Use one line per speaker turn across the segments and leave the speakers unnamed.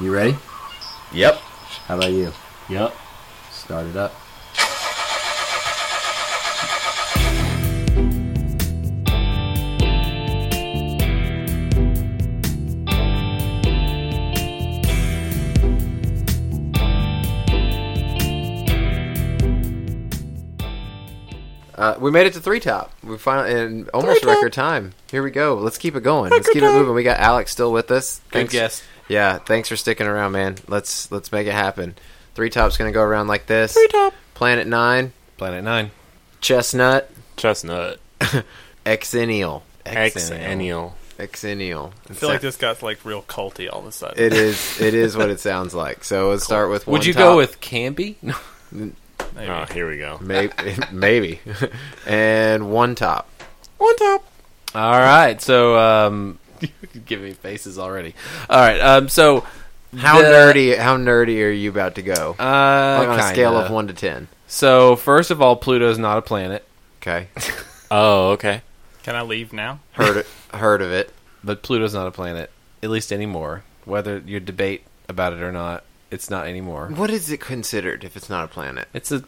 You ready?
Yep.
How about you?
Yep.
Start it up.
Uh, we made it to three top. We finally in almost
Three top.
record time. Here we go. Let's keep it going. Let's keep it moving. We got Alex still with us.
Good guess.
Yeah, thanks for sticking around, man. Let's let's make it happen. Three top's gonna go around like this.
Three top.
Planet nine,
Planet Nine.
chestnut,
Chestnut.
exennial,
Exennial.
exennial.
I feel like this got like real culty all of a sudden.
It is it is what it sounds like. So let's start with.
Would
one
you
top.
go with Canby? No.
Maybe.
Oh, here we go.
maybe maybe and one top?
One top.
All right. So, um, you give me faces already. All right. Um, so
How
the-
nerdy how nerdy are you about to go?
Uh,
Like on a scale
kinda.
of one to ten.
So first of all, Pluto's not a planet,
Okay,
Oh, okay.
Can I leave now?
heard it, heard of it.
but Pluto's not a planet at least anymore. Whether you debate about it or not, it's not anymore.
What is it considered if it's not a planet?
It's a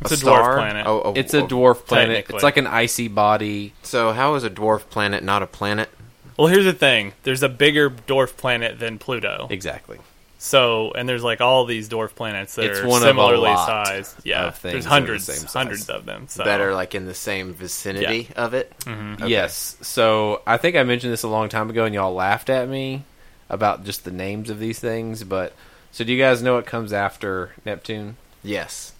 It's a,
star?
dwarf planet.
Oh, oh,
it's a
oh.
dwarf planet. It's
Technically.
like an icy body.
So how is a dwarf planet not a planet?
Well, here's the thing. There's a bigger dwarf planet than Pluto.
Exactly.
So, and there's like all these dwarf planets that
It's
are
one of a
similarly
lot
sized. Yeah,
of things
there's
that are the
hundreds,
same size.
hundreds of them. So. Mm-hmm.
that are like in the same vicinity of it.
Yes. So I think I mentioned this a long time ago, and y'all laughed at me about just the names of these things. But so, do you guys know what comes after Neptune?
Yes,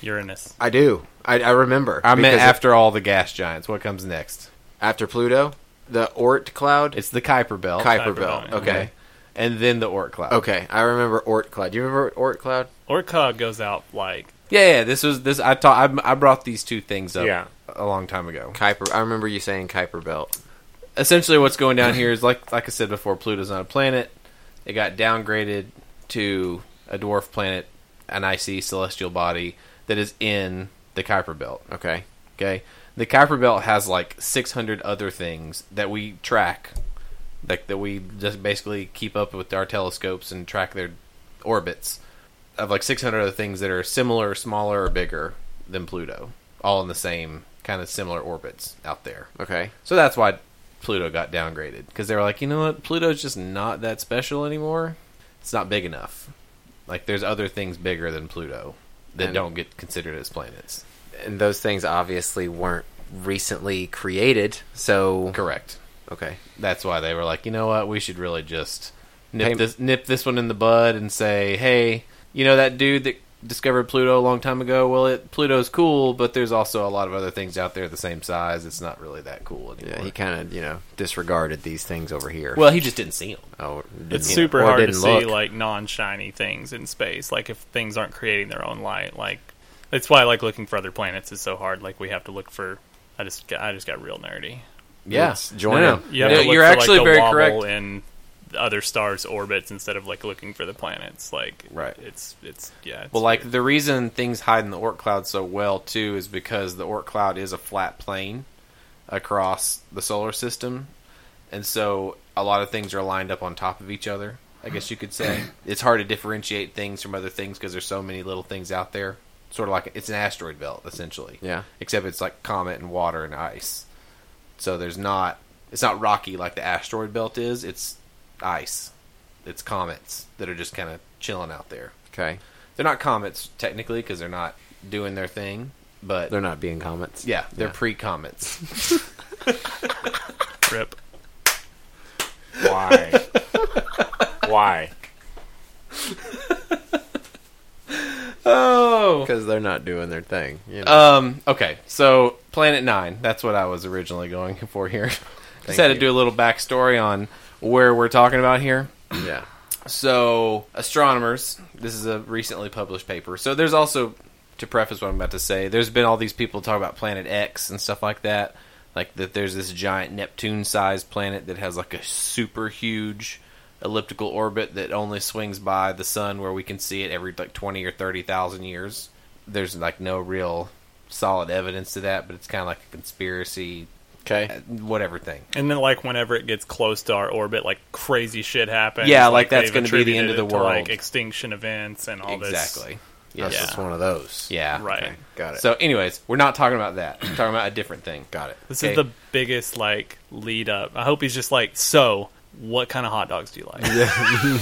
Uranus.
I do. I, I remember.
I meant
Because
after all the gas giants. What comes next?
after Pluto, the Oort cloud,
It's the Kuiper Belt.
Kuiper
Kuiper
Belt.
Belt, Mm-hmm.
Okay. okay,
And then the Oort cloud.
I remember Oort cloud. Do you remember Oort cloud?
Orca goes out like
Yeah, yeah. This was this. I taught. I, I brought these two things up.
Yeah.
A long time ago.
Kuiper. I remember you saying Kuiper Belt.
essentially what's going down here is like like I said before, Pluto's not a planet. It got downgraded to a dwarf planet, an icy celestial body that is in the Kuiper Belt.
Okay,
Okay, the Kuiper Belt has like 600 other things that we track, like that we just basically keep up with our telescopes and track their orbits of like 600 other things that are similar, smaller, or bigger than Pluto, all in the same kind of similar orbits out there.
okay.
So that's why Pluto got downgraded because they were like, you know what, Pluto's just not that special anymore. It's not big enough. Like there's other things bigger than Pluto that
And-
don't get considered as planets.
And those things obviously weren't recently created. So
Correct.
okay,
That's why they were like, you know what, we should really just nip
Hey-
this nip this one in the bud and say, hey, you know that dude that discovered Pluto a long time ago? Well, it Pluto's cool, but there's also a lot of other things out there the same size. It's not really that cool anymore.
yeah, he kind of you know disregarded these things over here.
well, he just didn't see them.
oh, didn't-
it's
yeah,
super
or
hard to
didn't
see
look.
like non-shiny things in space. Like if things aren't creating their own light, like that's why like looking for other planets is so hard. Like we have to look for. I just got- I just got real nerdy.
Yeah,
Let's join
No, no.
him.
You have
Yeah,
to look
you're
for,
actually
like, the
very
wobble
correct.
in the other stars' orbits instead of like looking for the planets. Like
Right.
it's it's yeah. It's
Well, like
weird.
the reason things hide in the Oort cloud so well too is because the Oort cloud is a flat plane across the solar system, and so a lot of things are lined up on top of each other. I guess you could say it's hard to differentiate things from other things because there's so many little things out there. Sort of like it's an asteroid belt essentially.
Yeah.
Except it's like comet and water and ice. So there's not it's not rocky like the asteroid belt is. It's ice. It's comets that are just kind of chilling out there
Okay,
they're not comets technically because they're not doing their thing, but
they're not being comments.
yeah, they're
Yeah.
pre comets.
rip.
Why? Why?
oh,
because they're not doing their thing. You know?
um, okay. So Planet Nine, that's what I was originally going for here. Just had to
you.
do a little backstory on where we're talking about here.
yeah.
So, astronomers, this is a recently published paper. So, there's also, to preface what I'm about to say, there's been all these people talk about Planet X and stuff like that. Like, that there's this giant Neptune sized planet that has like a super huge elliptical orbit that only swings by the sun where we can see it every like 20 or 30,000 years. There's like no real solid evidence to that, but it's kind of like a conspiracy uh,
uh,
Okay.
whatever thing.
And then, like, whenever it gets close to our orbit, like crazy shit happens.
Yeah, like, that's
they've
gonna be the
attributed
end of
it
the
to, like
world.
extinction events and all
Exactly.
Yeah, it's
Yeah.
just one of those.
this.
Yeah.
Right.
got it.
So, anyways, we're not talking about that. We're talking about a different thing.
got it.
This
Okay.
is the biggest like lead up. I hope he's just like, so what kind of hot dogs do you like?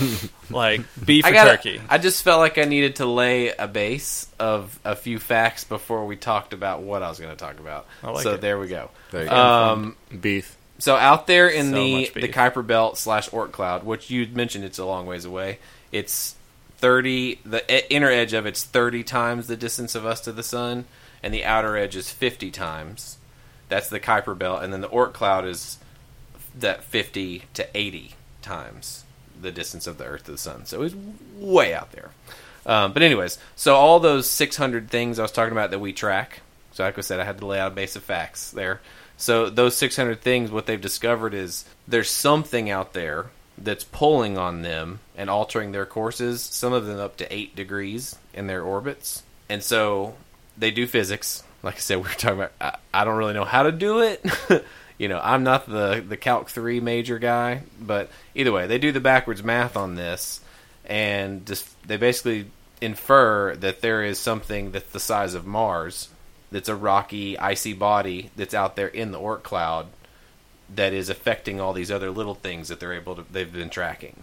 like beef
I
or
got.
turkey?
I just felt like I needed to lay a base of a few facts before we talked about what I was going to talk about.
I like
so
it.
there we go.
There you go.
Um,
Beef.
so out there in
So
the
much
the
beef.
Kuiper Belt slash Oort Cloud, which you mentioned, it's a long ways away. It's thirty. The e- inner edge of it's thirty times the distance of us to the sun, and the outer edge is fifty times. That's the Kuiper Belt, and then the Oort Cloud is that fifty to eighty times the distance of the Earth to the sun. So it's way out there. Um, but anyways, so all those 600 things I was talking about that we track. So like I said, I had to lay out a base of facts there. So those 600 things, what they've discovered is there's something out there that's pulling on them and altering their courses. Some of them up to eight degrees in their orbits, and so they do physics. Like I said, we were talking about. I, I don't really know how to do it. you know, I'm not the the Calc three major guy, but either way, they do the backwards math on this and dis- they basically infer that there is something that's the size of Mars, that's a rocky, icy body that's out there in the Oort cloud, that is affecting all these other little things that they're able to they've been tracking,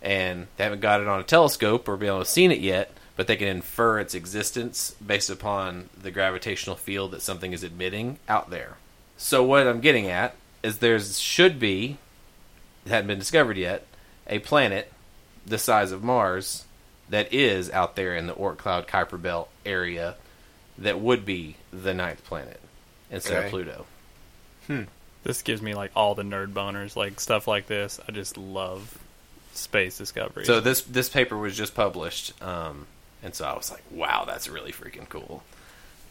and they haven't got it on a telescope or been able to seen it yet, but they can infer its existence based upon the gravitational field that something is emitting out there. So what I'm getting at is there should be, it hadn't been discovered yet, a planet the size of Mars that is out there in the Oort cloud Kuiper Belt area that would be the ninth planet instead
Okay.
of Pluto.
This gives me like all the nerd boners, like stuff like this. I just love space discovery.
So this this paper was just published, um, and so I was like, "Wow, that's really freaking cool."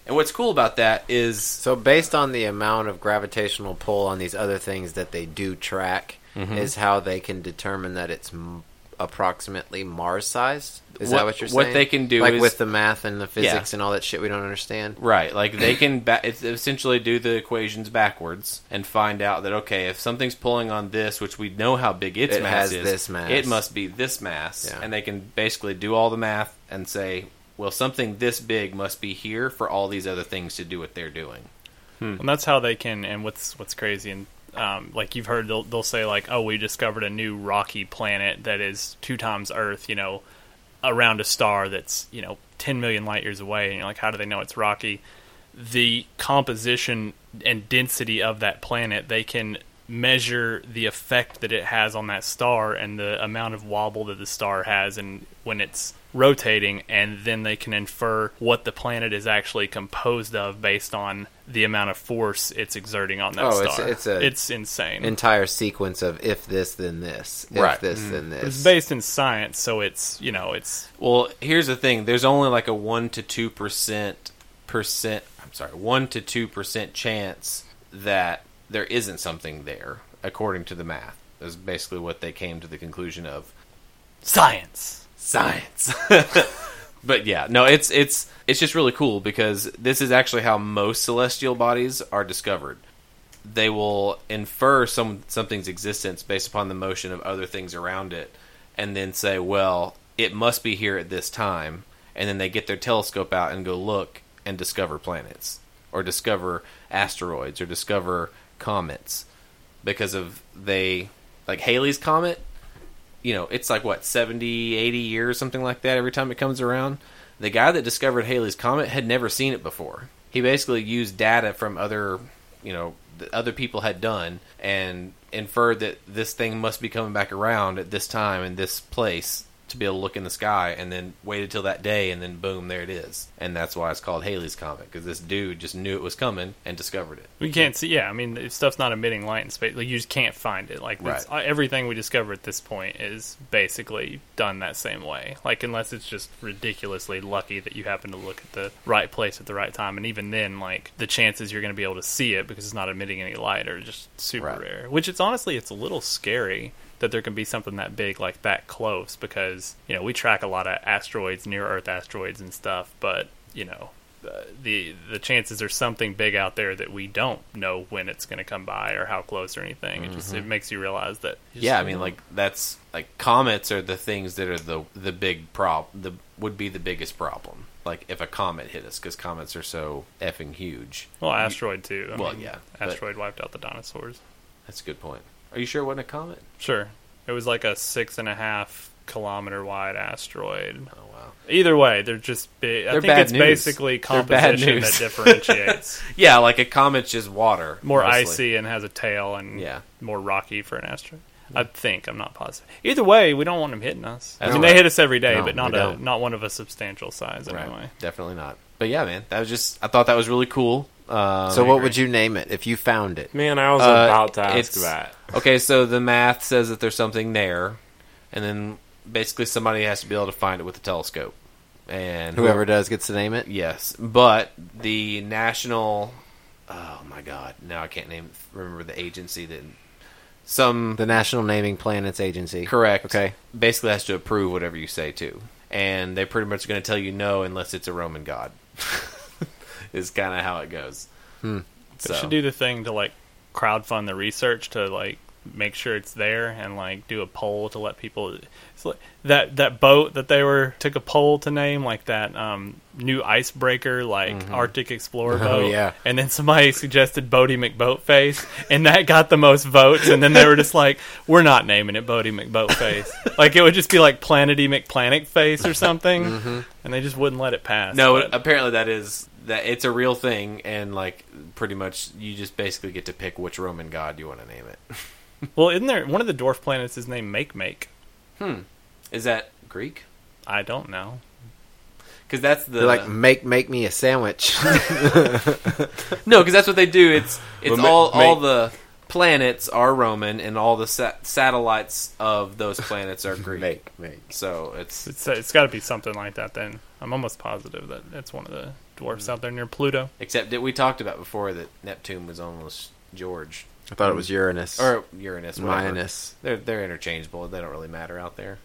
And what's cool about that is,
So based on the amount of gravitational pull on these other things that they do track, is how they can determine that it's m- approximately Mars sized. Is
What-
that what you're saying?
what they can do
like
is-
with the math and the physics and all that shit we don't understand.
right, like they can ba- it's essentially do the equations backwards and find out that okay, if something's pulling on this, which we know how big its
It
mass
has
is,
this mass.
it must be this mass,
Yeah.
and they can basically do all the math and say, "Well, something this big must be here for all these other things to do what they're doing."
and that's how they can. And what's what's crazy and um, like you've heard, they'll, they'll say like, oh, we discovered a new rocky planet that is two times Earth. You know, around a star that's you know 10 million light years away and you're like how do they know it's rocky the composition and density of that planet they can measure the effect that it has on that star and the amount of wobble that the star has and when it's rotating and then they can infer what the planet is actually composed of based on the amount of force it's exerting on that
Oh, it's-
star
it's a-
it's insane
Entire sequence of if this then this, if
Right.
this then
Mm. it's
this.
based in science so it's you know it's
Well, here's the thing. There's only like a one to two percent percent. I'm sorry, one to two percent chance that there isn't something there, according to the math. Is basically what they came to the conclusion of
science
science. but yeah, no, it's it's it's just really cool because this is actually how most celestial bodies are discovered. They will infer some something's existence based upon the motion of other things around it and then say, "Well, it must be here at this time." And then they get their telescope out and go look and discover planets or discover asteroids or discover comets because of they like Halley's comet you know, it's like what 70, 80 years, something like that. Every time it comes around, the guy that discovered Halley's comet had never seen it before. He basically used data from other, you know, that other people had done and inferred that this thing must be coming back around at this time and this place to be able to look in the sky, and then waited till that day, and then boom, there it is. And that's why it's called Halley's comet because this dude just knew it was coming and discovered it.
We can't see. Yeah, I mean, if stuff's not emitting light in space, like you just can't find it. Like that's- uh everything we discover at this point is basically done that same way. Like unless it's just ridiculously lucky that you happen to look at the right place at the right time, and even then, like the chances you're going to be able to see it because it's not emitting any light are just super
Right.
rare. Which it's honestly, it's a little scary that there can be something that big like that close because you know we track a lot of asteroids, near Earth asteroids, and stuff, but you know uh, the the chances there's something big out there that we don't know when it's going to come by or how close or anything. It just it makes you realize that.
Mm-hmm. yeah, I mean, like that's like comets are the things that are the the big prob the would be the biggest problem. Like if a comet hit us, because comets are so effing huge.
Well, asteroid too. I
Well,
mean,
yeah, but-
asteroid wiped out the dinosaurs.
That's a good point. Are you sure it wasn't a comet?
Sure, it was like a six and a half kilometer wide asteroid.
Oh wow.
Either way, they're just big. I
They're
think
bad
it's
news.
basically
They're bad
composition that
news.
differentiates.
Yeah, like a comet's just water,
More
mostly.
icy and has a tail, and
Yeah.
more rocky for an asteroid. I think I'm not positive. Either way, we don't want them hitting us. I
That's
mean,
right.
they hit us every day,
No,
but not
we
a
don't.
not one of a substantial size
Right.
anyway.
Definitely not. But yeah, man, that was just. I thought that was really cool. Um,
So what would you name it if you found it?
Man, I was
Uh,
about to ask
it's-
that.
okay, so the math says that there's something there, and then basically somebody has to be able to find it with a telescope, and
Whoever does gets to name it.
Yes, but the national. Oh my God! Now I can't name remember the agency that some
The National Naming Planets Agency.
correct.
Okay.
basically has to approve whatever you say too, and they pretty much going to tell you no unless it's a Roman god. is kind of how it goes.
Hmm.
So,
They should do the thing to like crowdfund the research to like make sure it's there and like do a poll to let people. It's like that that boat that they were took a poll to name like that um, new icebreaker like
Mm-hmm.
Arctic
Oh,
Explorer boat.
yeah.
and then somebody suggested Bodie McBoatface, and that got the most votes. And then they were just like, "We're not naming it Bodie McBoatface." like it would just be like Planety McPlanetface or something, and they just wouldn't let it pass.
Mm-hmm. no,
but-
apparently that is that it's a real thing, and like pretty much you just basically get to pick which Roman god you want to name it.
well, isn't there one of the dwarf planets is named Make Make?
Is that Greek?
I don't know.
Because that's the
They're like make make me a sandwich.
No, because that's what they do. It's it's
ma-
all
ma-
all the planets are Roman, and all the sa- satellites of those planets are Greek.
make make.
So it's
It's, it's got to be something like that. Then I'm almost positive that that's one of the dwarfs out there near Pluto.
except that we talked about before that Neptune was almost George
I thought it was Uranus
or Uranus. Whatever.
Minus.
They're they're interchangeable. They don't really matter out there.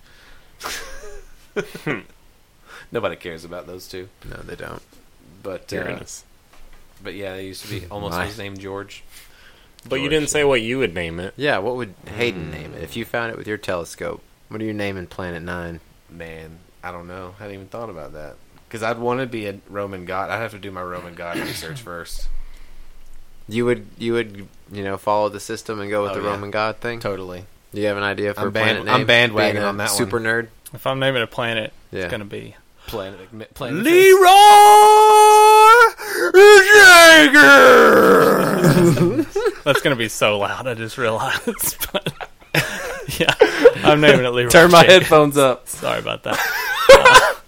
Hmm.
Nobody cares about those two.
No, they don't.
But uh,
Uranus.
but yeah, they used to be almost
My.
his name George.
But you
George.
didn't say what you would name it.
Yeah, what would Hayden name it if you found it with your telescope? What are you naming Planet Nine?
Man, I don't know. I hadn't even thought about that. Because I'd want to be a Roman god. I'd have to do my Roman god research first.
You would you would you know follow the system and go with
Oh,
the
yeah.
Roman God thing?
Totally.
Do you have an idea for
I'm
a
band-
planet name?
I'm bandwagoning
Being a
on that one.
Super nerd.
If I'm naming a planet,
Yeah.
it's gonna be
Planet. planet
Leroy
that's gonna be so loud. I just realized. But yeah, I'm naming it Leroy.
Turn my
Jenkins.
headphones up.
Sorry about that.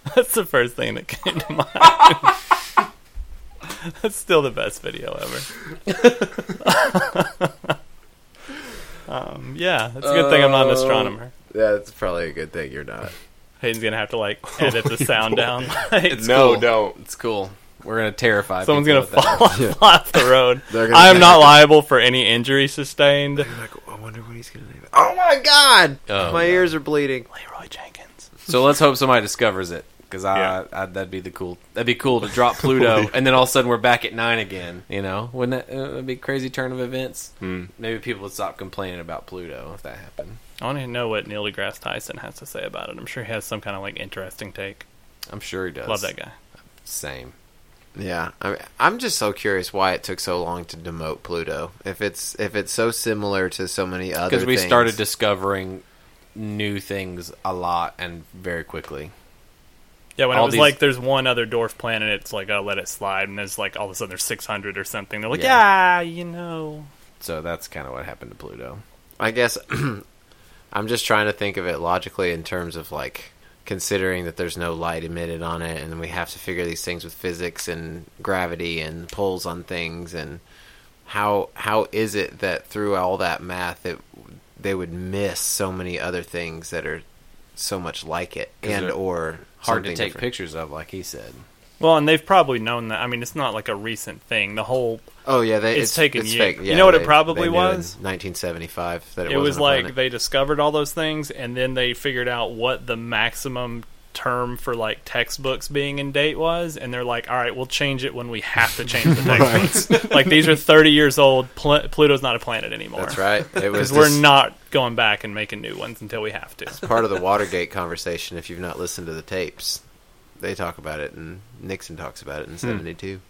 Uh, that's the first thing that came to mind. that's still the best video ever. um, yeah, it's a good thing I'm not an astronomer.
Oh.
Yeah, that's probably a good thing you're not.
Hayden's gonna have to like edit the sound down. Like,
no,
cool.
don't.
It's cool. We're gonna terrify.
someone's
people
gonna
with that.
fall off,
Yeah.
off the road.
They're gonna
I am
be
not liable for any injury sustained.
I wonder what he's gonna name it. Oh my god!
Oh,
my
no.
ears are bleeding.
Leroy Jenkins.
So let's hope somebody discovers it. Because I,
Yeah.
I, that'd be the cool. That'd be cool to drop Pluto, and then all of a sudden we're back at nine again. You know, wouldn't that uh, that'd be a crazy turn of events? Mm. Maybe people would stop complaining about Pluto if that happened.
I want to know what Neil deGrasse Tyson has to say about it. I'm sure he has some kind of like interesting take.
I'm sure he does.
Love that guy.
Same.
Yeah, I mean, I'm just so curious why it took so long to demote Pluto. If it's if it's so similar to so many other
because we
things.
started discovering new things a lot and very quickly.
Yeah, when it
All
was
these-
like there's one other dwarf planet, it's like oh let it slide, and there's like all of a sudden there's 600 or something. They're like yeah, you know.
So that's kind of what happened to Pluto.
I guess I'm just trying to think of it logically in terms of like considering that there's no light emitted on it, and we have to figure these things with physics and gravity and pulls on things, and how how is it that through all that math it they would miss so many other things that are so much like it
'Cause
and
they're
or
Hard to
something
take
different.
pictures of, like he said.
Well, and they've probably known that. I mean, it's not like a recent thing. The whole
Oh yeah, they,
It's taken years.
fake.
You know what it
they-
probably
they knew in
was?
1975. That it,
it was
wasn't a
like
planet.
they discovered all those things and then they figured out what the maximum term for like textbooks being in date was, and they're like, all right, we'll change it when we have to change the textbooks. like these are 30 years old. Pl- Pluto's not a planet anymore.
That's right. It was
Because we're
this-
not going back and making new ones until we have to.
part of the Watergate conversation. If you've not listened to the tapes, they talk about it, and Nixon talks about it in
Hmm.
'72.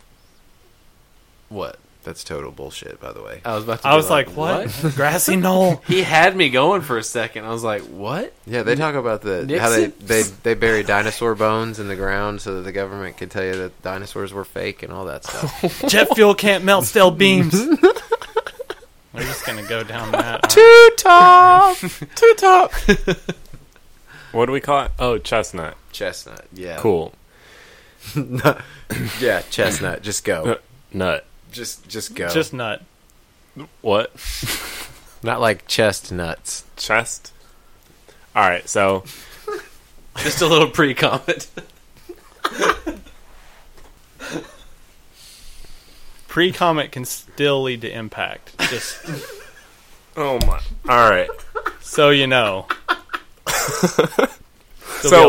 What?
That's total bullshit, by the way.
I was about to
I
be
was like, what? Grassy knoll.
He had me going for a second. I was like, what?
Yeah, they talk about the how they,
Nixon?
they they bury dinosaur bones in the ground so that the government could tell you that dinosaurs were fake and all that stuff.
Jet fuel can't melt steel beams. We're just gonna go down that.
Two top, two top.
What do we call it? Oh, chestnut.
Chestnut. Yeah.
Cool.
Yeah, chestnut. Just go.
Nut.
Just just go.
Just nut.
What?
not like chestnuts.
Chest. All right. So
Just a little pre comment.
Pre comet can still lead to impact. Just
Oh my! All right,
so you know. There'll
so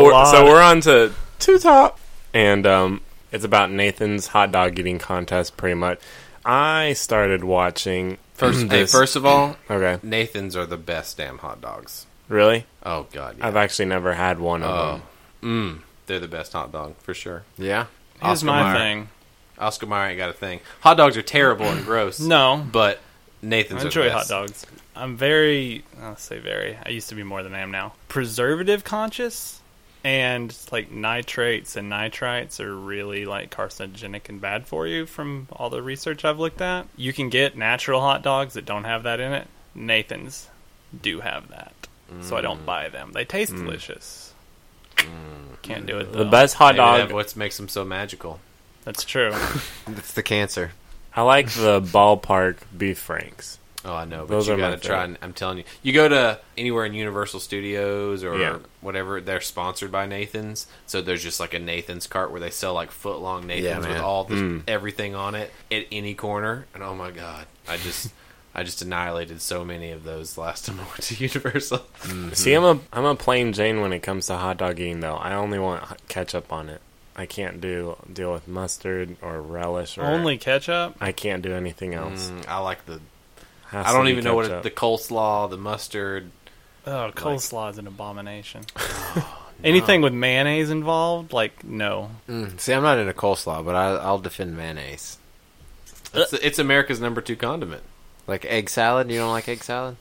be a
we're,
lot
so
of-
we're on to two top, and um, it's about Nathan's hot dog eating contest. Pretty much, I started watching
First, hey,
this-
first of all,
Okay,
Nathan's are the best damn hot dogs.
really?
Oh God, yeah.
I've actually never had one of them.
Oh. they're the best hot dog for sure.
Yeah.
here's
Oscar
my
Mayer.
thing.
Oscar Mayer ain't got a thing. Hot dogs are terrible and gross.
No,
but Nathan's
I
are
enjoy
the
hot
best.
dogs. I'm very, I'll say very. I used to be more than I am now. Preservative conscious, and like nitrates and nitrites are really like carcinogenic and bad for you. From all the research I've looked at, you can get natural hot dogs that don't have that in it. Nathan's do have that, so I
Mm.
don't buy them. They taste delicious. Can't do it though.
The best hot
Maybe that
dog.
what makes them so magical?
That's true.
It's the cancer.
I like the ballpark beef franks.
Oh, I know, but
Those
you
are my
gotta try. And,
favorite.
I'm telling you, you go to anywhere in Universal Studios or
Yeah.
whatever. They're sponsored by Nathan's, so there's just like a Nathan's cart where they sell like foot long
Yeah,
Nathan's with
man.
all the,
Hmm.
everything on it at any corner. And oh my god, I just I just annihilated so many of those last time I went to Universal.
See, I'm a I'm a plain Jane when it comes to hot dog eating. Though I only want h- ketchup on it. I can't do deal with mustard or relish or
Only ketchup.
I can't do anything else.
Mm, I like the.
Has
I
to
don't
be
even know what it,
ketchup.
the coleslaw, the mustard.
Oh, coleslaw is an abomination. Anything with mayonnaise involved, like no.
Mm. See, I'm not into coleslaw, but I, I'll defend mayonnaise.
It's, it's America's number two condiment.
Like egg salad. You don't like egg salad?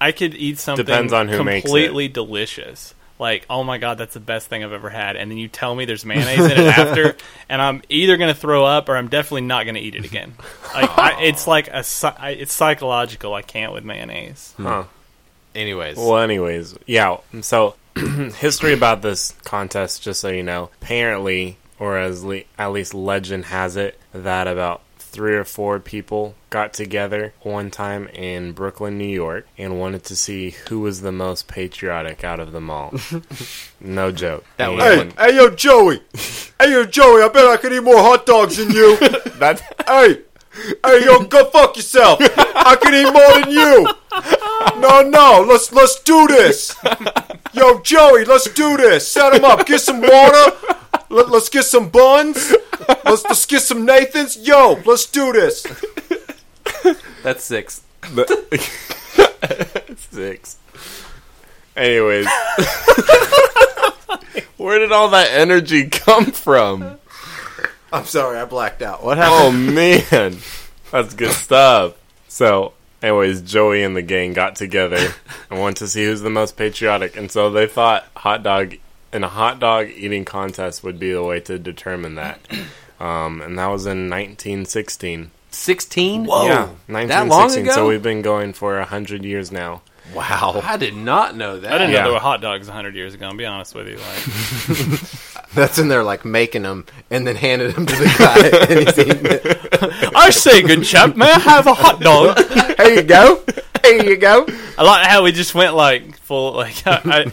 I could eat something
Depends on who makes it.
completely delicious. Like, oh my god, that's the best thing I've ever had. And then you tell me there's mayonnaise in it after, and I'm either gonna throw up or I'm definitely not gonna eat it again. Like, I, it's like a, psy- I, it's psychological. I can't with mayonnaise.
Huh.
Anyways,
Well, anyways, yeah. So, history about this contest, just so you know, apparently, or as le- at least legend has it, that about three or four people got together one time in Brooklyn, New York, and wanted to see who was the most patriotic out of them all. no joke.
That
And
was-
hey, yo, Joey. hey, yo, Joey. I bet I could eat more hot dogs than you.
that.
hey, hey, yo, go fuck yourself. I can eat more than you. No, no. Let's let's do this. Yo, Joey. Let's do this. Set him up. Get some water. Let, let's get some buns. Let's let's get some Nathan's. Yo, let's do this.
that's six.
six. Anyways, where did all that energy come from?
I'm sorry, I blacked out. What happened?
Oh man, that's good stuff. So, anyways, Joey and the gang got together and wanted to see who's the most patriotic, and so they thought hot dog and a hot dog eating contest would be the way to determine that. Um, and that was in 1916.
Sixteen. Whoa.
yeah, 1916.
Oh, that long ago?
So we've been going for a hundred years now.
Wow.
I did not know that.
I didn't
Yeah.
know there were hot dogs 100 years ago. I'll be honest with you. Like,
That's in there like making them and then handed them to the guy. and he's eating it.
I say, good chap, may I have a hot dog?
Here you go. Here you go.
I like how we just went like full like I,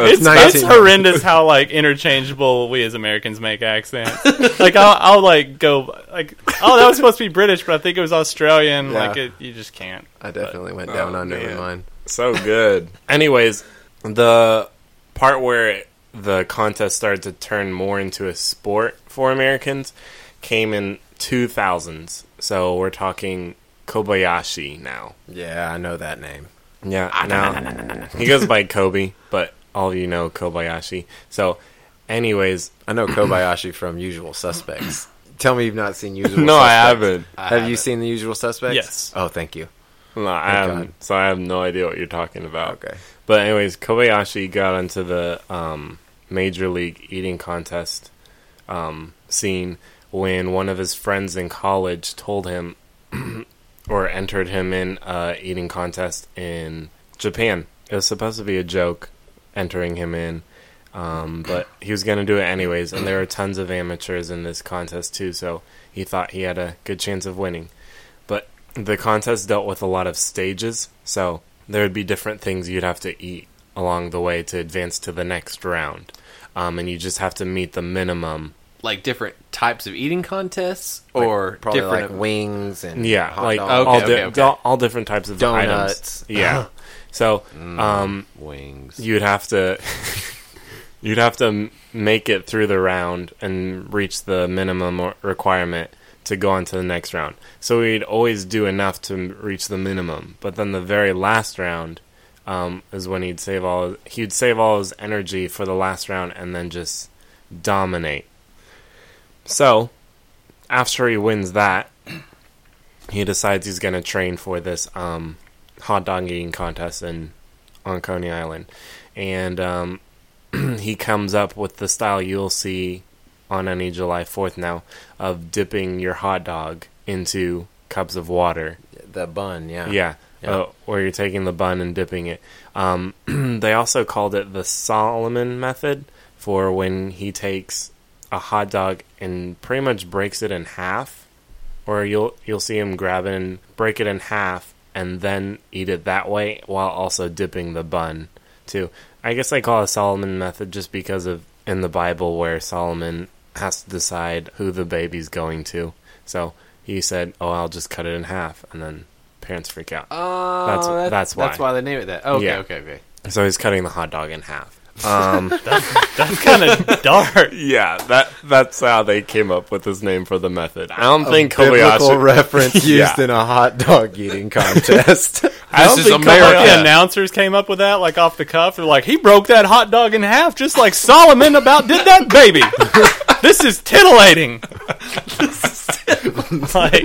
it's,
nice.
it's horrendous how like interchangeable we as Americans make accents. like I'll, I'll like go like oh that was supposed to be British, but I think it was Australian.
Yeah.
Like it, you just can't.
I definitely went down
Oh,
under with
man.
mine.
So good. Anyways, the part where the contest started to turn more into a sport for Americans came in 2000s. So we're talking Kobayashi now. Ah,
Yeah, I know that name.
Yeah, now he goes by Kobe, but all you know Kobayashi. So, anyways,
I know Kobayashi from Usual Suspects. Tell me you've not seen Usual
no, I
Suspects.
haven't.
Have you seen the Usual Suspects?
Yes.
Oh, thank you.
No, I
Thank
haven't.
God.
So I have no idea what you're talking about.
Okay.
But anyways, Kobayashi got into the um, major league eating contest um, scene when one of his friends in college told him or entered him in a eating contest in Japan. It was supposed to be a joke entering him in, um, but he was going to do it anyways. And there were tons of amateurs in this contest too, so he thought he had a good chance of winning. But the contest dealt with a lot of stages, so there would be different things you'd have to eat along the way to advance to the next round. Um, and you just have to meet the minimum
Like different types of eating contests
Like,
or
probably
different
like wings and
yeah,
hot
like
dogs.
Okay,
all,
okay,
di-
okay.
di- all different types of
Donuts.
items. Yeah, so um,
wings.
you'd have to you'd have to m- make it through the round and reach the minimum or- requirement to go on to the next round. So we'd always do enough to m- reach the minimum, but then the very last round um, is when he'd save all he'd save all his energy for the last round and then just dominate. So after he wins that, he decides he's going to train for this um, hot dog eating contest in on Coney Island, and um, he comes up with the style you'll see on any July Fourth now of dipping your hot dog into cups of water.
the bun, yeah.
Yeah.
Yeah.
Uh, where you're taking the bun and dipping it. Um, they also called it the Solomon method for when he takes a hot dog and pretty much breaks it in half, or you'll you'll see him grab it and break it in half and then eat it that way while also dipping the bun too. I guess they call it Solomon method just because of in the Bible where Solomon has to decide who the baby's going to. So he said, "Oh, I'll just cut it in half," and then parents freak out.
Oh,
That's- that's why.
That's why they name it that. Okay,
Yeah.
okay, okay.
So he's cutting the hot dog in half.
That's kind of dark.
Yeah, that that's how they came up with his name for the method. I don't think
Biblical
Kobayashi.
reference used
Yeah.
in a hot dog eating contest.
I don't
is
think
America.
Kobayashi-
The announcers came up with that, like off the cuff. They're like, "He broke that hot dog in half, just like Solomon about did that baby." this is titillating. like,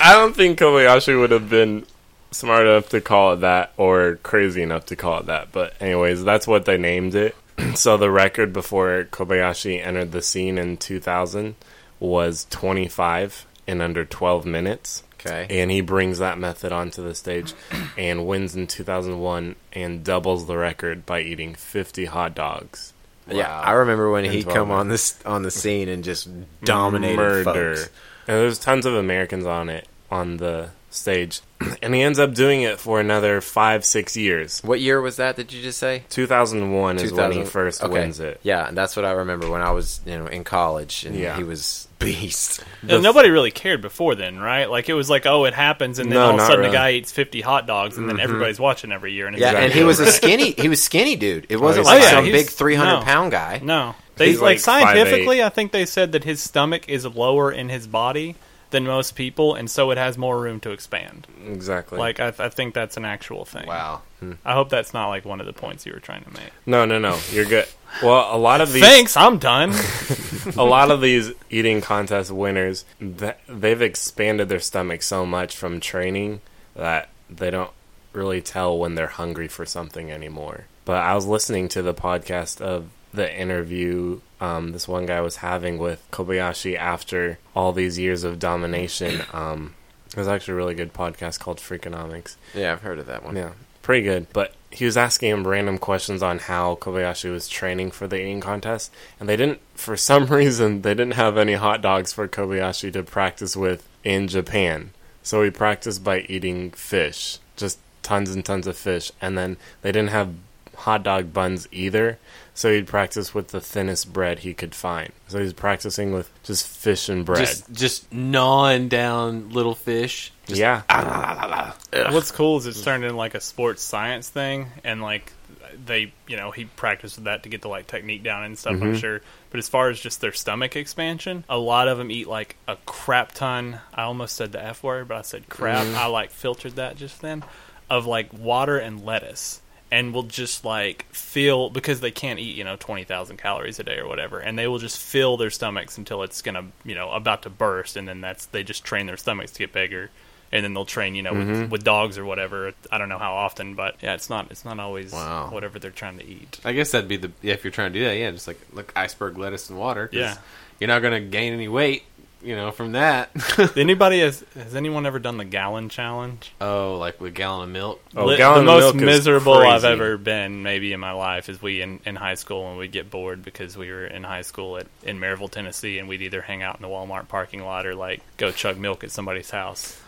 I don't think Kobayashi would have been smart enough to call it that or crazy enough to call it that. But anyways, that's what they named it. so the record before Kobayashi entered the scene in 2000 was 25 in under 12 minutes.
okay.
and he brings that method onto the stage and wins in 2001 and doubles the record by eating 50 hot dogs.
Yeah, I remember when he
And
come
twelve.
on this on the scene and just dominated
Murder.
folks.
And there's tons of Americans on it on the stage, and he ends up doing it for another five, six years.
What year was that? Did you just say?
2001 is when he
2000
first
okay.
wins it.
Yeah, that's what I remember when I was you know in college and
Yeah.
he was beast.
and nobody really cared before then, right? Like it was like, "Oh, it happens," and then
No,
all of a
not
sudden
really.
the guy eats fifty hot dogs, and then everybody's watching every year. And it's
Yeah,
like,
and he was a skinny. He was skinny dude. It wasn't
Oh, he's
like
skinny.
some
Yeah,
big
he's-
three hundred
no.
pound guy.
No, they
He's
like,
like 5'8".
scientifically. I think they said that his stomach is lower in his body than most people, and so it has more room to expand.
Exactly.
Like I, I think that's an actual thing.
Wow.
I hope that's not like one of the points you were trying to make.
no, no, no. You're good. Well, a lot of these
Thanks, I'm done.
a lot of these eating contest winners th- they've expanded their stomach so much from training that they don't really tell when they're hungry for something anymore but i was listening to the podcast of the interview um, this one guy was having with kobayashi after all these years of domination um, it was actually a really good podcast called freakonomics
Yeah, I've heard of that one.
yeah, pretty good. But he was asking him random questions on how Kobayashi was training for the eating contest, and they didn't, for some reason, they didn't have any hot dogs for Kobayashi to practice with in Japan. So he practiced by eating fish, just tons and tons of fish, and then they didn't have hot dog buns either. So he'd practice with the thinnest bread he could find. So he's practicing with just fish and bread.
Just just gnawing down little fish. Just,
yeah.
What's cool is it's turned into like a sports science thing, and like they, you know, he practiced with that to get the like technique down and stuff. I'm sure. But as far as just their stomach expansion, a lot of them eat like a crap ton. I almost said the f word, but I said crap. I like filtered that just then of like water and lettuce. And will just like fill because they can't eat, you know, twenty thousand calories a day or whatever, and they will just fill their stomachs until it's gonna, you know, about to burst, and then that's they just train their stomachs to get bigger and then they'll train you know with, with dogs or whatever i don't know how often but yeah it's not it's not always
Wow.
whatever they're trying to eat
I guess that'd be the yeah, if you're trying to do that, yeah, just like look iceberg lettuce and water. 'cause
Yeah.
You're not gonna gain any weight, you know, from that.
anybody has has anyone ever done the gallon challenge
oh, like with a gallon of milk.
Oh,
Li-
gallon of
the most
milk is
miserable i've
crazy.
ever been maybe in my life is we in, in high school when we'd get bored because we were in high school at, in maryville tennessee and we'd either hang out in the walmart parking lot or like go chug milk at somebody's house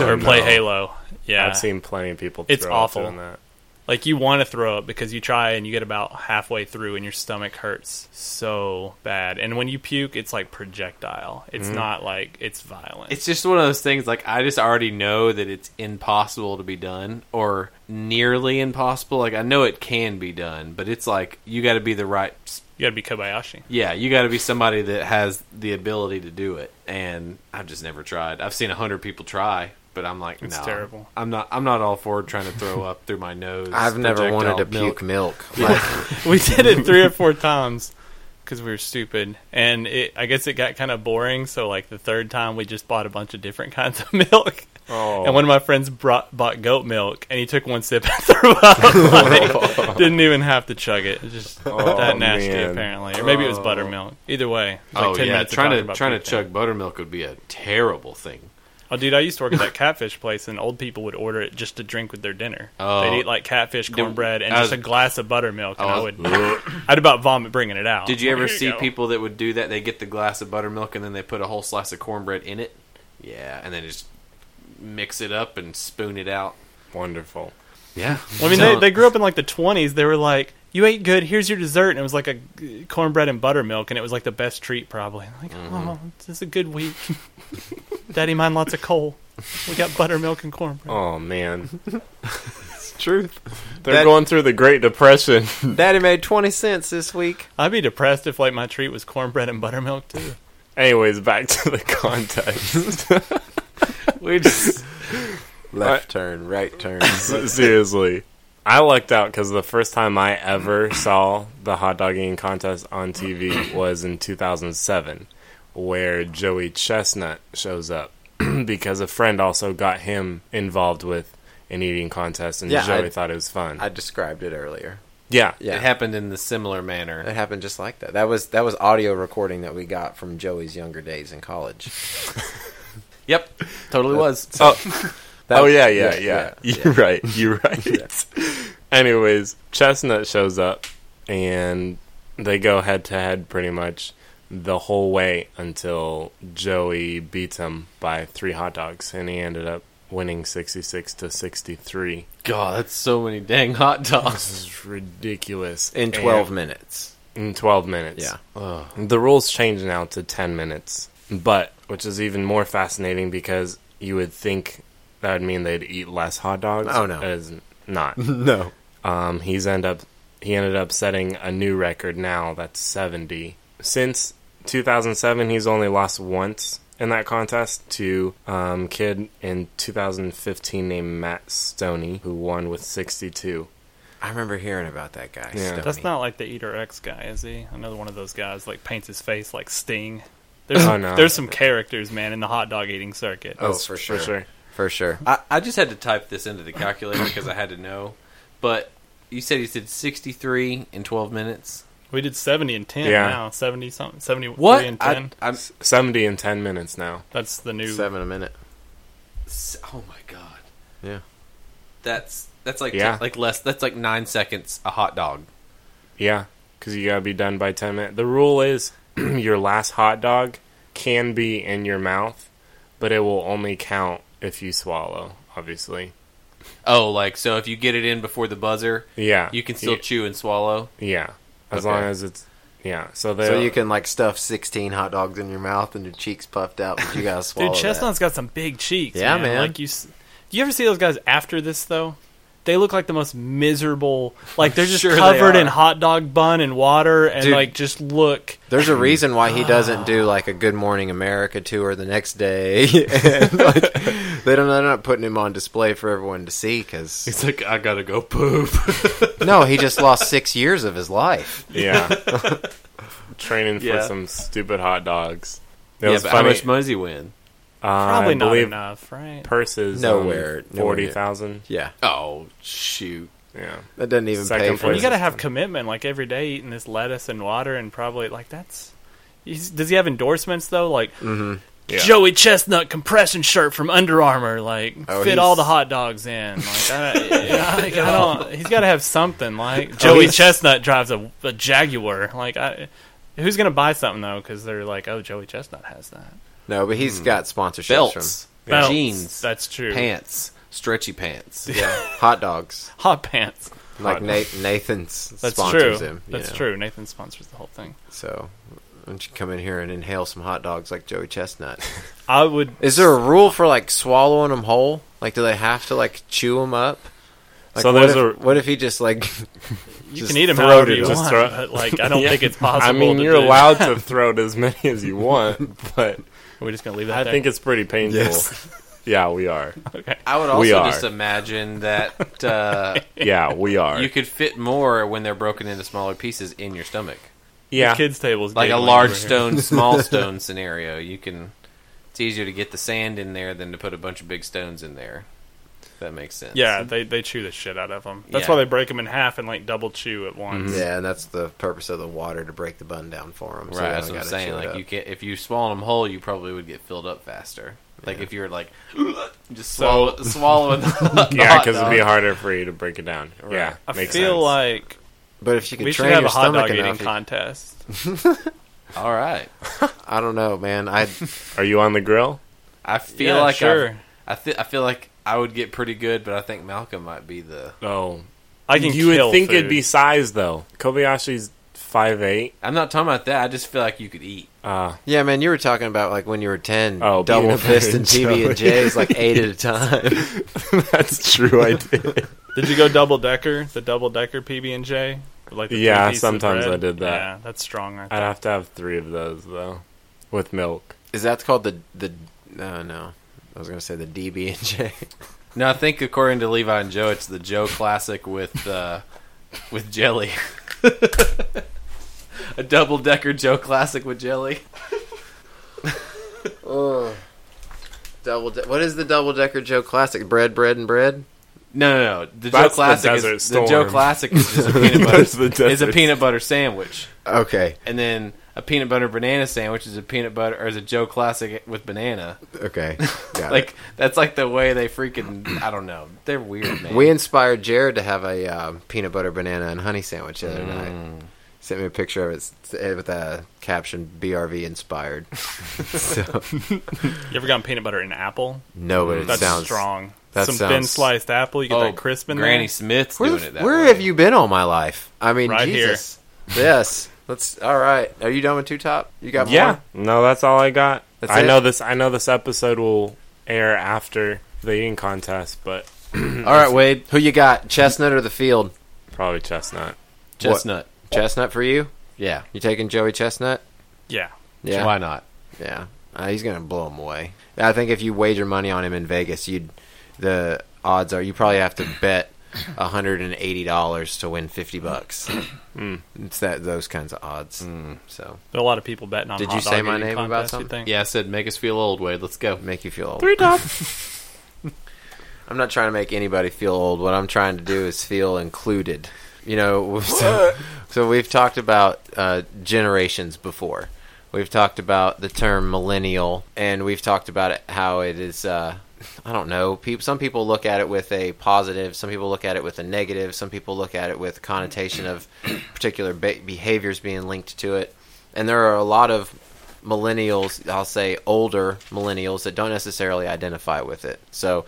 or play halo yeah
I've seen plenty of people.
It's
throw up
awful.
Doing that.
Like you want to throw up because you try and you get about halfway through and your stomach hurts so bad. And when you puke, it's like projectile. It's
Mm-hmm.
not like it's violent.
It's just one of those things like I just already know that it's impossible to be done or nearly impossible. Like I know it can be done, but it's like you got to be the right s-
you got to be Kobayashi.
yeah, you got to be somebody that has the ability to do it. And I've just never tried. I've seen a hundred people try, but I'm like,
It's
no,
terrible.
I'm not. I'm not all for trying to throw up through my nose.
I've never wanted to
projectile milk.
puke milk. Like,
we did it three or four times because we were stupid, and it, I guess it got kind of boring. So like the third time, we just bought a bunch of different kinds of milk.
Oh.
And one of my friends brought, bought goat milk, and he took one sip and threw up. Like, didn't even have to chug it. It's just
Oh,
that nasty,
man.
apparently. Or maybe it was buttermilk. Either way, like
oh
10
yeah,
minutes of
trying
talking
to
about
trying to
puking.
chug buttermilk would be a terrible thing.
Oh, dude, I used to work at that catfish place, and old people would order it just to drink with their dinner.
Oh.
They'd eat like catfish, cornbread, and
I
just
was-
a glass of buttermilk, and
I
I
was-
would, I'd about vomit bringing it out.
Oh. Did you ever
Here
see
go.
people that would do that? They get the glass of buttermilk and then they put a whole slice of cornbread in it. Yeah, and then just mix it up and spoon it out.
Wonderful.
Yeah,
Well, I mean, they, they grew up in like the 20s. They were like, you ate good, here's your dessert. And it was like a g- cornbread and buttermilk, and it was like the best treat, probably. Like,
Mm-hmm.
oh, this is a good week. Daddy, mine lots of coal. We got buttermilk and cornbread.
Oh man,
truth.
they're
That-
going through the Great Depression.
Daddy made 20 cents this week.
I'd be depressed if like my treat was cornbread and buttermilk, too.
Anyways, back to the context.
we just
Left turn, right turn.
Seriously. I lucked out because the first time I ever saw the hot dog eating contest on TV was in 2007, where Joey Chestnut shows up because a friend also got him involved with an eating contest, and
Yeah,
Joey
I-
thought it was fun.
I described it earlier.
yeah,
Yeah.
it happened in the similar manner.
It happened just like that. That was that was audio recording that we got from Joey's younger days in college.
Yep, totally was.
That-
oh yeah, yeah, yeah. You're
yeah.
right. You're right. Anyways, Chestnut shows up, and they go head to head pretty much the whole way until Joey beats him by three hot dogs, and he ended up winning sixty six to sixty three.
God, that's so many dang hot dogs.
This is ridiculous.
In
And-
12 minutes.
in 12 minutes.
Yeah.
The rules change now to 10 minutes, but which is even more fascinating because you would think that would mean they'd eat less hot dogs.
Oh, no.
It's not.
No.
um, he's end up he ended up setting a new record now that's 70. Since 2007, he's only lost once in that contest to um kid in 2015 named Matt Stoney who won with 62.
I remember hearing about that guy.
Yeah.
Stoney.
That's not like the Eater X guy, is he? Another one of those guys like paints his face like Sting. There's,
Oh, no.
there's some characters, man, in the hot dog eating circuit.
Oh, for sure.
For sure.
For sure.
I, I just had to type this into the calculator because I had to know. But you said you did sixty three in twelve minutes.
We did 70 and 10
Yeah.
now. 70 something. 73
What?
and 10.
I, I'm
70 in 10 minutes now.
That's the new.
Seven a minute.
S- Oh my god.
Yeah.
That's that's like
Yeah.
like less. That's like nine seconds a hot dog.
Yeah, because you gotta be done by ten minutes. The rule is your last hot dog can be in your mouth, but it will only count if you swallow. Obviously,
Oh, like so if you get it in before the buzzer,
Yeah.
you can still
Y-
chew and swallow.
Yeah. As
Okay.
long as it's yeah. So they
So you can like stuff sixteen hot dogs in your mouth and your cheeks puffed out, but you gotta swallow.
Dude, Chestnut's got some big cheeks.
Yeah,
man.
man.
Like you, s- do you ever see those guys after this though? They look like the most miserable. Like they're just
Sure they
covered in
are.
hot dog bun and water, and
Dude.
like just look.
That. There's a reason why he doesn't do like a Good Morning America tour the next day. and, like, they don't. They're not putting him on display for everyone to see because
It's like I gotta go poop.
no, he just lost six years of his life.
yeah training
Yeah.
for some stupid hot dogs. It
yeah,
was
but
funny.
how much money does he win?
Uh,
Probably
I
not
believe
enough, right?
purses
Nowhere-
nowhere
nowhere
forty thousand.
Yeah,
Oh shoot!
Yeah,
that doesn't even
Second
pay for.
place.
you
it.
got to have commitment. Like every day, eating this lettuce and water, and probably like that's. He's, does he have endorsements though? Like
yeah.
Joey Chestnut compression shirt from Under Armour, like
Oh,
fit all
he's-
the hot dogs in. Like I, I, I don't. He's got to have something. Like Joey Chestnut drives a, a Jaguar. Like I, who's gonna buy something though? Because they're like, oh, Joey Chestnut has that.
No, but he's got sponsorships
Belts,
Hmm. Belts,
jeans,
That's true.
pants, stretchy pants.
from yeah, hot dogs.
Hot pants.
Like Na- Nathan's
That's
sponsors
true.
him. you
That's
know.
true. Nathan sponsors the whole thing.
So why don't you come in here and inhale some hot dogs like Joey Chestnut?
I would.
Is there a rule for like swallowing them whole? Like, do they have to like chew them up? Like,
So
what
there's
if,
a-
what if he just like
You
just
can eat them
throat
however
it
you
up?
want.
Just throw-
but, like I don't
Yeah.
think it's possible.
I mean,
to
you're
do.
allowed to throw it as many as you want, but
We're just gonna leave that.
I
there?
think it's pretty painful. Yeah, we are.
okay.
I would
We
also
are.
just imagine that uh,
Yeah, we are.
you could fit more when they're broken into smaller pieces in your stomach,
yeah,
Kids tables
like a
giggling
large
over here.
stone, small stone scenario. You can. It's easier to get the sand in there than to put a bunch of big stones in there. If that makes sense.
Yeah, they they chew the shit out of them. That's
Yeah.
why they break them in half and like double chew at once.
Yeah, and that's the purpose of the water to break the bun down for him.
Right, that's what I'm saying. Like you can't, if you swallow them whole, you probably would get filled up faster. Like if you're like just swallow, swallowing. The
yeah,
hot
because it'd be
dog.
harder for you to break it down. Yeah,
I
makes
feel
sense.
like
but if you can
we should
train
have
your
a hot
stomach
dog
enough,
eating
you-
contest.
all right.
I don't know, man. I
are you on the grill?
I feel
Yeah,
like
sure.
I, I, thi- I feel like I would get pretty good, but I think Malcolm might be the.
Oh,
I can.
you would
kill
think
food.
it'd be size though. Kobayashi's five eight.
I'm not talking about that. I just feel like you could eat.
Uh,
yeah, man. You were talking about like when you were ten,
Oh,
double
being a
fist and
fucking
PB and J's like eight at a time.
that's true. I did.
Did you go double decker? The double decker PB and J. Like the three
Yeah,
pieces of
sometimes
bread?
I did that.
Yeah, that's strong. I
I'd
think.
have to have three of those though, with milk.
Is that called the the? No, no. I was gonna say the DB and J.
No, I think according to Levi and Joe, it's the Joe classic with uh, with jelly. A double decker Joe classic with jelly.
Double. De- what is the double decker Joe classic? Bread, bread, and bread.
No, no, no. The Joe
That's the
classic
Desert
is the Joe
Storm.
classic is just a peanut butter.
That's the
is a
Desert
peanut butter sandwich,
Okay,
and then a peanut butter banana sandwich is a peanut butter or is a Joe classic with banana.
okay. Got
Like that's like the way they freaking. I don't know. They're weird, man.
it. we inspired Jared to have a uh, peanut butter banana and honey sandwich the other night. Sent me a picture of it s- eh, with a caption "BRV inspired." so
You ever gotten peanut butter and apple?
no, but it
That's
sounds
strong.
that
Some
sounds-
thin sliced apple.
Oh,
You get that crisp in
Granny
there.
Smith's
Where,
doing
the f-
it that
where
way.
have you been all my life? I mean,
Right here.
Jesus. Yes. Let's. All right. Are you done with two top? You got more?
Yeah, no, that's all I got.
That's
I
it?
know this. I know this episode will air after the eating contest, but
All right, Wade. Who you got? Chestnut or the field?
probably chestnut.
chestnut?
Chestnut for you?
Yeah.
You taking Joey Chestnut?
Yeah.
Yeah.
Why not?
Yeah. Uh, he's gonna blow him away. I think if you wager money on him in Vegas, you'd the odds are you probably have to bet hundred and eighty dollars to win fifty bucks. It's that those kinds of odds. So
There are a lot of people betting on.
Did
hot
you say
dog
my
eating
name about
contest, you
something?
think?
Yeah, I said make us feel old, Wade. Let's go.
make you feel old.
top.
I'm not trying to make anybody feel old. What I'm trying to do is feel included. You know, so,
What?
so we've talked about uh, generations before. We've talked about the term millennial, and we've talked about it, how it is. Uh, I don't know. Peop some people look at it with a positive. Some people look at it with a negative. Some people look at it with connotation of particular be- behaviors being linked to it. And there are a lot of millennials, I'll say older millennials that don't necessarily identify with it. So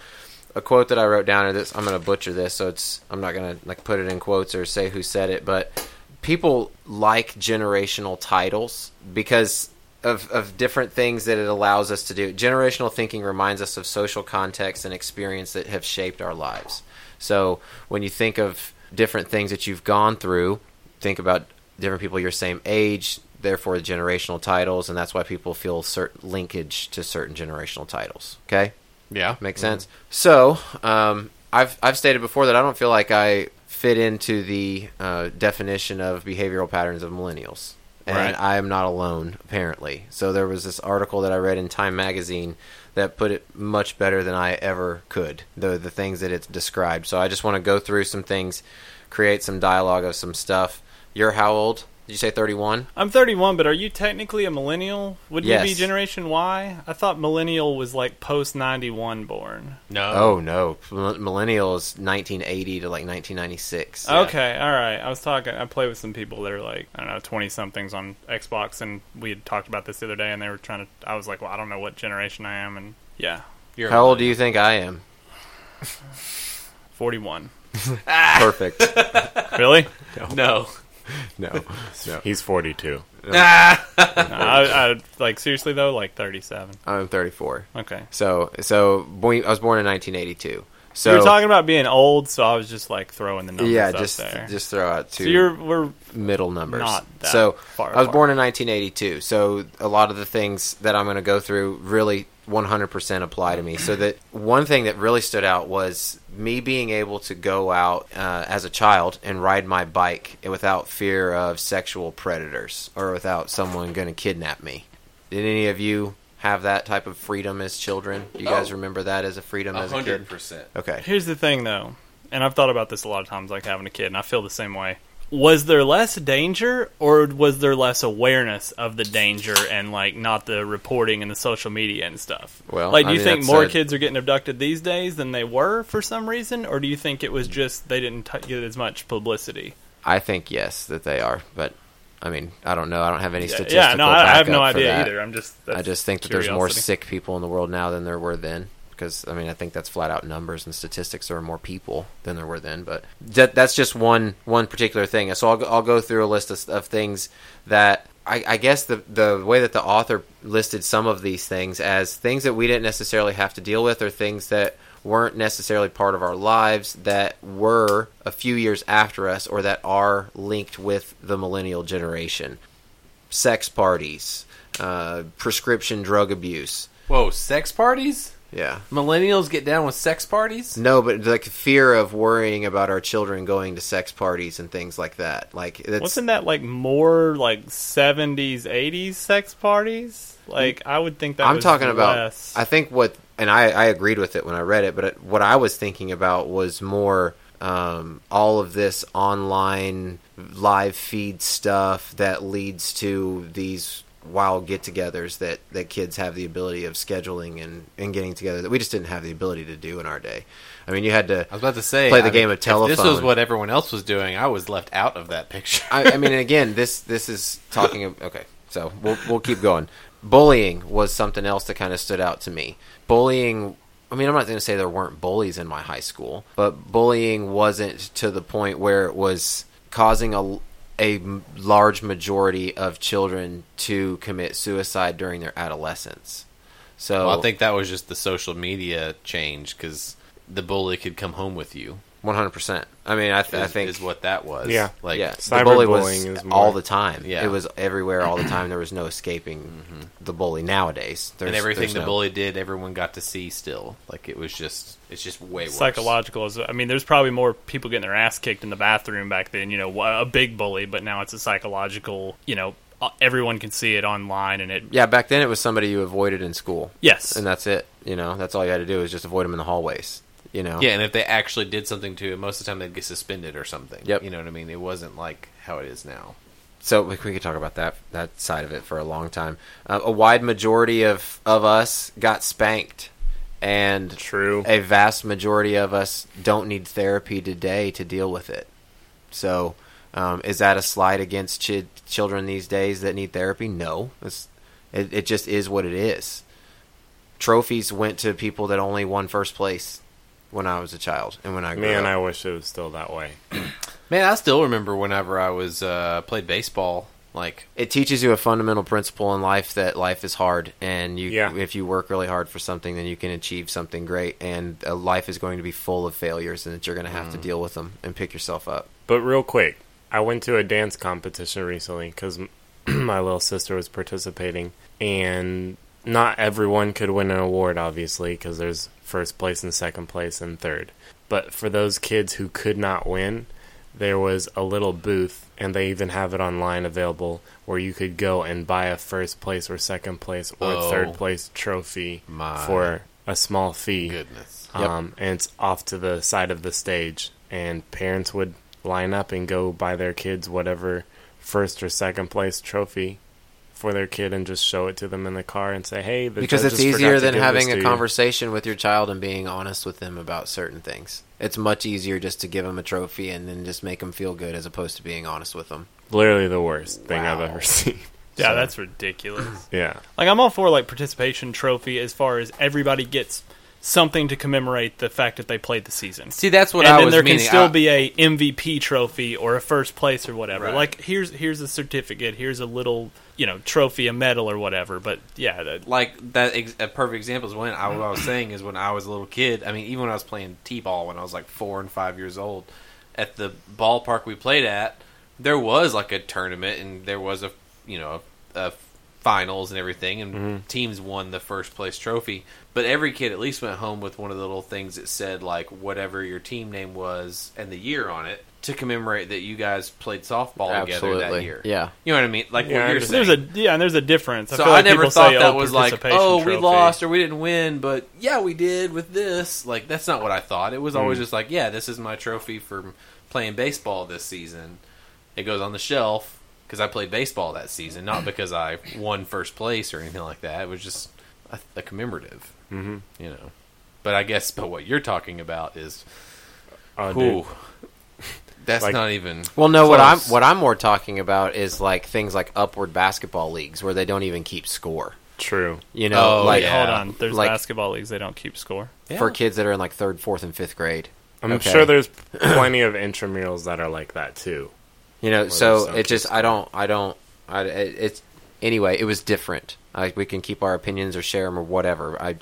a quote that I wrote down, and this I'm going to butcher this, so it's I'm not going to like put it in quotes or say who said it, but people like generational titles because of of different things that it allows us to do. Generational thinking reminds us of social context and experience that have shaped our lives. So when you think of different things that you've gone through, think about different people your same age, therefore generational titles, and that's why people feel certain linkage to certain generational titles. Okay.
Yeah.
Makes sense. So, um, I've I've stated before that I don't feel like I fit into the uh, definition of behavioral patterns of millennials, and
Right.
I am not alone apparently. So there was this article that I read in Time magazine that put it much better than I ever could. The the things that it's described. So I just want to go through some things, create some dialogue of some stuff. You're how old? Did you say 31?
I'm 31, but are you technically a millennial? Would you be
Yes.
Generation Y? I thought millennial was like post 91 born.
No.
Oh no, Mil- millennial is 1980 to like 1996.
Okay, all right. I was talking. I play with some people that are like I don't know, twenty somethings on Xbox, and we had talked about this the other day, and they were trying to. I was like, well, I don't know what generation I am, and yeah,
You're
How old do you think I am?
forty-one.
Perfect.
Really?
No.
No.
He's 42.
I, I like seriously though, like thirty-seven.
I'm 34.
Okay.
So so boy, I was born in 1982. So
you were talking about being old, so I was just like throwing the numbers
yeah,
up
just
there.
just throw out two
so you're we're
middle numbers.
not that
so
far
I was
apart.
born in 1982. So a lot of the things that I'm going to go through really 100% apply to me. So that one thing that really stood out was me being able to go out uh, as a child and ride my bike without fear of sexual predators or without someone going to kidnap me. Did any of you have that type of freedom as children? Do you guys
Oh.
remember that as a freedom as a kid?
100%.
Okay.
Here's the thing, though, and I've thought about this a lot of times, like having a kid, and I feel the same way. Was there less danger, or was there less awareness of the danger, and like not the reporting and the social media and stuff?
Well,
like, do
I
you
mean,
think
that's
more
a-
kids are getting abducted these days than they were for some reason, or do you think it was just they didn't t- get as much publicity?
I think yes that they are, but I mean, I don't know. I don't have any
Yeah,
statistics.
yeah, no, I, I have no idea either. I'm just, that's
I just think that there's more
curiosity.
sick people in the world now than there were then. Because I mean, I think that's flat out numbers and statistics. There are more people than there were then, but that, that's just one one particular thing. So I'll, go- I'll go through a list of, of things that I, I guess the the way that the author listed some of these things as things that we didn't necessarily have to deal with, or things that weren't necessarily part of our lives that were a few years after us, or that are linked with the millennial generation sex parties, uh, prescription drug abuse.
Whoa, sex parties?
Yeah.
Millennials get down with sex parties?
No, but like fear of worrying about our children going to sex parties and things like that. Like that's
Wasn't that like more like 70s, 80s sex parties? Like, I would think that
Mm. I'm
was
talking about.
less.
I think what, and I, I agreed with it when I read it, but it, what I was thinking about was more um, all of this online live feed stuff that leads to these wild get-togethers that that kids have the ability of scheduling and and getting together that we just didn't have the ability to do in our day. I mean, you had to.
I was about to say.
Play the
I
game of
if This was
telephone.
what everyone else was doing. I was left out of that picture.
I, I mean, again, this this is talking. Of, okay, so we'll we'll keep going. Bullying was something else that kind of stood out to me. Bullying. I mean, I'm not going to say there weren't bullies in my high school, but bullying wasn't to the point where it was causing a a m- large majority of children to commit suicide during their adolescence. So
Well, I think that was just the social media change because the bully could come home with you.
100%. I mean, I,
Is,
th- I think
is what that was.
Yeah.
like
yeah, the
Cyberbullying
bully was
is more-
all the time.
Yeah. Mm-hmm.
It was everywhere all the time. There was no escaping the bully nowadays. There's,
and
there's
everything the
no-
bully did, everyone got to see. Still, like it was just, it's just way worse.
psychological is i mean there's probably more people getting their ass kicked in the bathroom back then you know wh- a big bully but now it's a psychological you know uh, everyone can see it online and it
Yeah, back then it was somebody you avoided in school.
yes
And that's it. You know, that's all you had to do was just avoid them in the hallways. You know.
Yeah, and if they actually did something to it, most of the time they'd get suspended or something.
Yep.
You know what I mean? It wasn't like how it is now.
so we, we could talk about that that side of it for a long time. Uh, a wide majority of of us got spanked, and
True.
a vast majority of us don't need therapy today to deal with it. So, um, is that a slide against chi- children these days that need therapy? No, it's, it, it just is what it is. Trophies went to people that only won first place. when I was a child and when I grew
Man,
up.
I wish it was still that way.
Man, I still remember whenever I was uh, played baseball. Like
it teaches you a fundamental principle in life that life is hard and you
Yeah.
if you work really hard for something then you can achieve something great and uh, life is going to be full of failures and that you're going to have
Mm.
to deal with them and pick yourself up
But real quick, I went to a dance competition recently because my little sister was participating, and not everyone could win an award, obviously, because there's first place and second place and third. But for those kids who could not win, there was a little booth, and they even have it online available where you could go and buy a first place or second place or
Oh.
third place trophy
My
for a small fee.
goodness,
Um, and it's off to the side of the stage, and parents would line up and go buy their kids whatever first or second place trophy for their kid, and just show it to them in the car and say, "Hey, the
because
judges
it's
forgot
easier
to
than
give
having
this
a
to you."
conversation with your child and being honest with them about certain things it's much easier just to give them a trophy and then just make them feel good as opposed to being honest with them
Literally the worst thing I've
Wow.
ever seen.
Yeah,
So,
that's ridiculous.
yeah.
like I'm all for like participation trophy as far as everybody gets something to commemorate the fact that they played the season.
See, that's what
and
I
then
was
there
meaning.
can still
I-
be a MVP trophy or a first place or whatever.
Right.
Like here's here's a certificate, here's a little you know trophy, a medal or whatever. But yeah, that,
like that ex- a perfect example is when I, what I was saying is when I was a little kid. I mean, even when I was playing t-ball when I was like four and five years old, at the ballpark we played at, there was like a tournament and there was a you know a, a finals and everything, and
Mm-hmm.
teams won the first place trophy. But every kid at least went home with one of the little things that said like whatever your team name was and the year on it to commemorate that you guys played softball together that
Absolutely.
year.
Yeah.
you know what I mean. Like
Yeah, I
what you're
understand.
there's
saying.
a yeah, and there's a difference. I
So
feel
I,
like
never
people
thought
say,
that
"Oh,
was like,
participation
oh, we
trophy."
lost or we didn't win, but yeah, we did with this. Like that's not what I thought. It was always
Hmm.
just like, yeah, this is my trophy for playing baseball this season. It goes on the shelf because I played baseball that season, not because I won first place or anything like that. It was just a, a commemorative, mm-hmm. you know. But I guess, but what you're talking about is,
Oh,
ooh,
dude.
that's
Like-
not even.
Well, no, what I'm
close.
what I'm more talking about is like things like upward basketball leagues where they don't even keep score.
True.
You know,
Oh,
like
yeah.
Hold on, there's
Like-
basketball leagues they don't keep score.
for
Yeah.
kids that are in like third, fourth, and fifth grade.
I'm
Okay.
sure there's plenty of intramurals that are like that too.
You know,
there's
so
some
it just I don't I don't I it- it's anyway. It was different. Like we can keep our opinions or share them or whatever. I i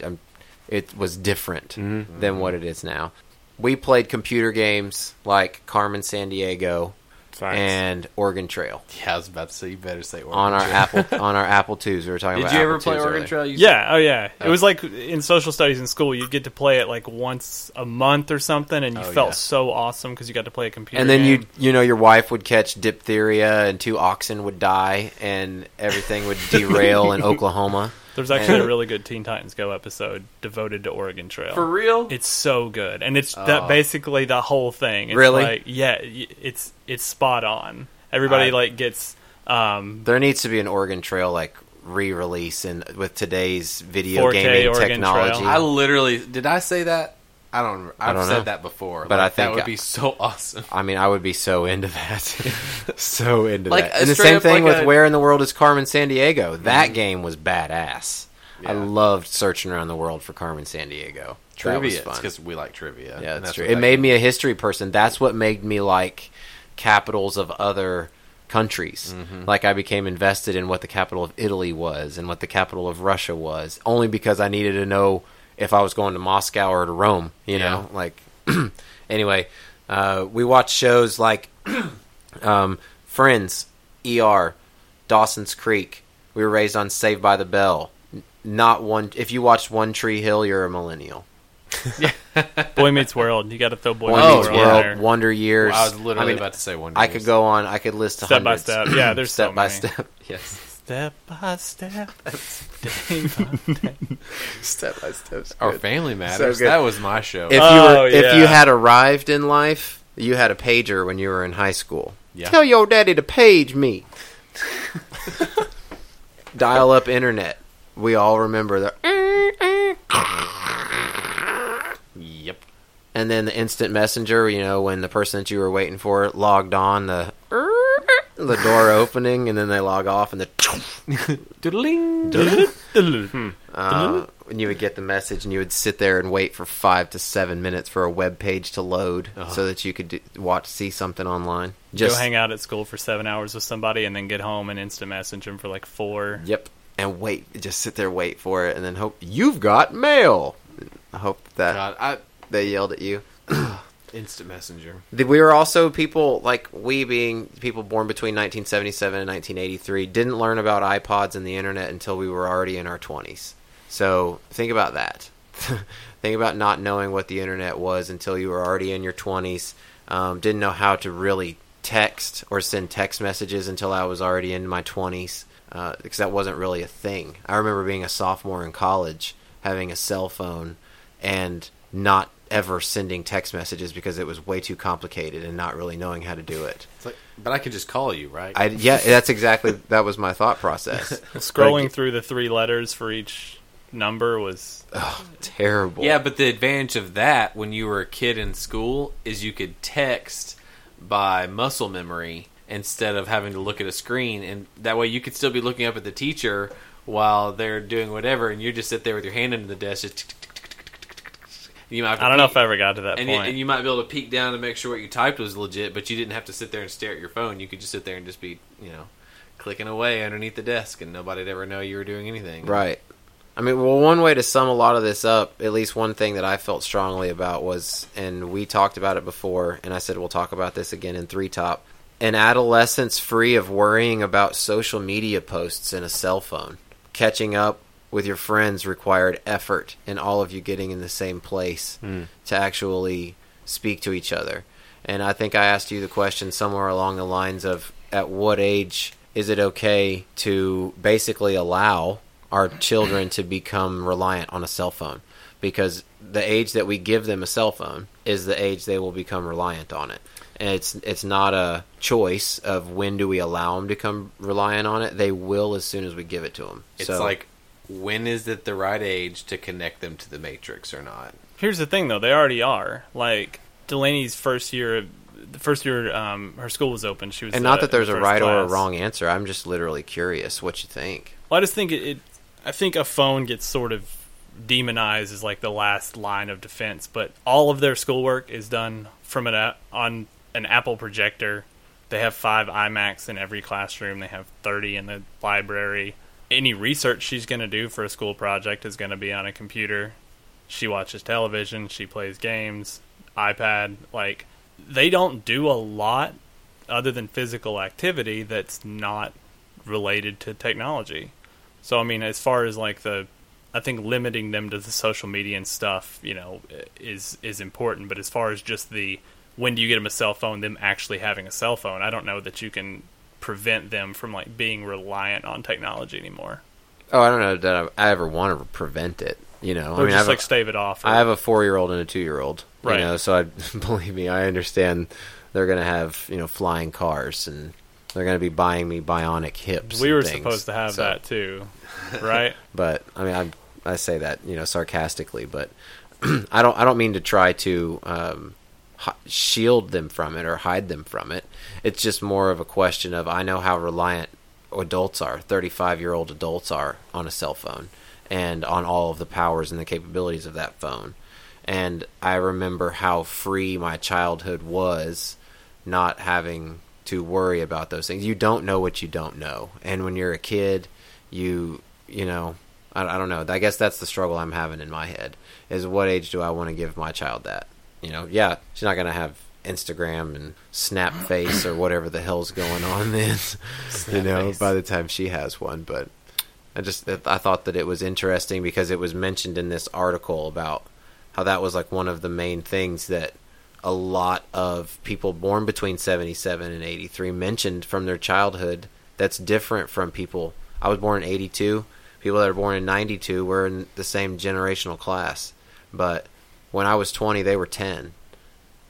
it was different
Mm-hmm.
than what it is now. We played computer games like Carmen San Diego
Facts.
and Oregon Trail
yeah, I was about to say you better say Oregon
on our
Trail.
Apple on our Apple twos. We were talking
Did
about
you ever
Apple
play
IIs
Oregon
earlier.
Trail? You
Yeah, oh yeah. It was like in social studies in school, you'd get to play it like once a month or something, and you
Oh,
felt
yeah.
so awesome because you got to play a computer.
and then
game.
you you know your wife would catch diphtheria and two oxen would die and everything would derail in Oklahoma.
There's actually a really good Teen Titans Go episode devoted to Oregon Trail.
For real?
It's so good, and it's that
Oh.
basically the whole thing. It's
Really?
Like, yeah, y- it's it's spot on. Everybody
I-
like gets. Um,
There needs to be an Oregon Trail like re-release and with today's video
4K
gaming
Oregon
technology.
Trail.
I literally did. I say that. I don't. Remember. I've
don't
said
know.
that before,
But
Like,
I think
that would
I-
be so awesome.
I mean, I would be so into that, so into
Like,
that.
a
And the
straight
same
up
thing
like
with
a-
Where in the World is Carmen San Diego?
Mm-hmm.
That game was badass. I
Yeah.
loved searching around the world for Carmen San Diego. That was
Trivia,
fun.
because we like trivia.
Yeah,
and
that's true.
what
It
that
made
game-
me a history person. That's what made me like capitals of other countries. Like I became invested in what the capital of Italy was and what the capital of Russia was, only because I needed to know if I was going to Moscow or to Rome. You know, like anyway, uh, we watch shows like um, Friends, ER, Dawson's Creek. We were raised on Saved by the Bell. N- Not one. If you watched One Tree Hill, you're a millennial.
Boy Meets World. You got to throw Boy
Boy Meets
Meets World. in
World,
there.
Wonder Years.
I was literally
I mean,
about to say one.
I could go on. I could list
Step by
hundreds.
step. Yeah, there's
step
so
by
many.
step. Yes,
Step by step.
step by step.
Our Family Matters.
good.
that was my show.
If you
Oh,
were, if you
yeah.
had arrived in life, you had a pager when you were in high school.
Yeah.
Tell your daddy to page me. Dial up internet. We all remember the.
yep.
And then the instant messenger. You know when the person that you were waiting for logged on the. The door opening, and then they log off, and the
Doodling.
Hmm.
Uh, and you would get the message, and you would sit there and wait for five to seven minutes for a web page to load, so that you could do, watch see something online. Just
Uh-huh. go hang out at school for seven hours with somebody and then get home and instant message them for like four.
Yep. And wait, just sit there, wait for it, and then hope you've got mail. I hope that
God, I
they yelled at you.
instant messenger.
The- We were also people like we being people born between 1977 and 1983 didn't learn about iPods and the internet until we were already in our 20s. So think about that. think about not knowing what the internet was until you were already in your 20s. Um, didn't know how to really text or send text messages until I was already in my 20s uh, because that wasn't really a thing. I remember being a sophomore in college having a cell phone and not ever sending text messages because it was way too complicated and not really knowing how to do it.
It's like, but I can just call you, right?
I yeah, that's exactly that was my thought process.
Scrolling through the three letters for each number was
Terrible.
yeah, but the advantage of that when you were a kid in school is you could text by muscle memory instead of having to look at a screen, and that way you could still be looking up at the teacher while they're doing whatever, and you just sit there with your hand under the desk. Just you might have to
Uh,
I don't know if
peek-
I ever got to that
and, you-
point.
and you might be able to peek down to make sure what you typed was legit, but you didn't have to sit there and stare at your phone. You could just sit there and just be, you know, clicking away underneath the desk, and nobody'd ever know you were doing anything.
Right. I mean, well, one way to sum a lot of this up, at least one thing that I felt strongly about was, and we talked about it before, and I said we'll talk about this again in Three Top, an adolescence free of worrying about social media posts and a cell phone. Catching up with your friends required effort, and all of you getting in the same place
Hmm.
to actually speak to each other. And I think I asked you the question somewhere along the lines of at what age is it okay to basically allow our children to become reliant on a cell phone? Because the age that we give them a cell phone is the age they will become reliant on it. And it's it's not a choice of when do we allow them to come reliant on it. They will as soon as we give it to them.
It's like, when is it the right age to connect them to the Matrix or not?
Here's the thing, though; they already are. Like Delaney's first year, the first year um, her school was open, she was.
and
uh,
not that there's
in
a
first
right or a
class.
wrong answer. I'm just literally curious what you think.
Well, I just think it, it. I think a phone gets sort of demonized as like the last line of defense, but all of their schoolwork is done from an a- on an Apple projector. They have five iMacs in every classroom. They have thirty in the library. Any research she's going to do for a school project is going to be on a computer. She watches television. She plays games, iPad. Like they don't do a lot other than physical activity that's not related to technology. So I mean, as far as like the, I think limiting them to the social media and stuff, you know, is is important. But as far as just the when do you get them a cell phone, them actually having a cell phone, I don't know that you can prevent them from like being reliant on technology anymore.
Oh, I don't know that I I ever want to prevent it. You know, I
Or
mean,
just
I've,
like stave it off. or-
I have a four year old and a two year old.
Right.
You know, so I believe me, I understand they're gonna have, you know, flying cars and they're gonna be buying me bionic hips.
we
and
were
things.
supposed to have
So-
that too, right?
But I mean I I say that, you know, sarcastically, but I don't I don't mean to try to um hi- shield them from it or hide them from it. It's just more of a question of I know how reliant adults are, 35-year-old adults are on a cell phone and on all of the powers and the capabilities of that phone. And I remember how free my childhood was not having to worry about those things. You don't know what you don't know. And when you're a kid, you you know, I, I don't know. I guess that's the struggle I'm having in my head is what age do I want to give my child that? You know, yeah, she's not going to have Instagram and Snapface or whatever the hell's going on then, you know, by the time she has one, but I just I thought that it was interesting because it was mentioned in this article about how that was like one of the main things that a lot of people born between 77 and 83 mentioned from their childhood that's different from people I was born in 82 people that are born in 92 were in the same generational class but when I was 20 they were 10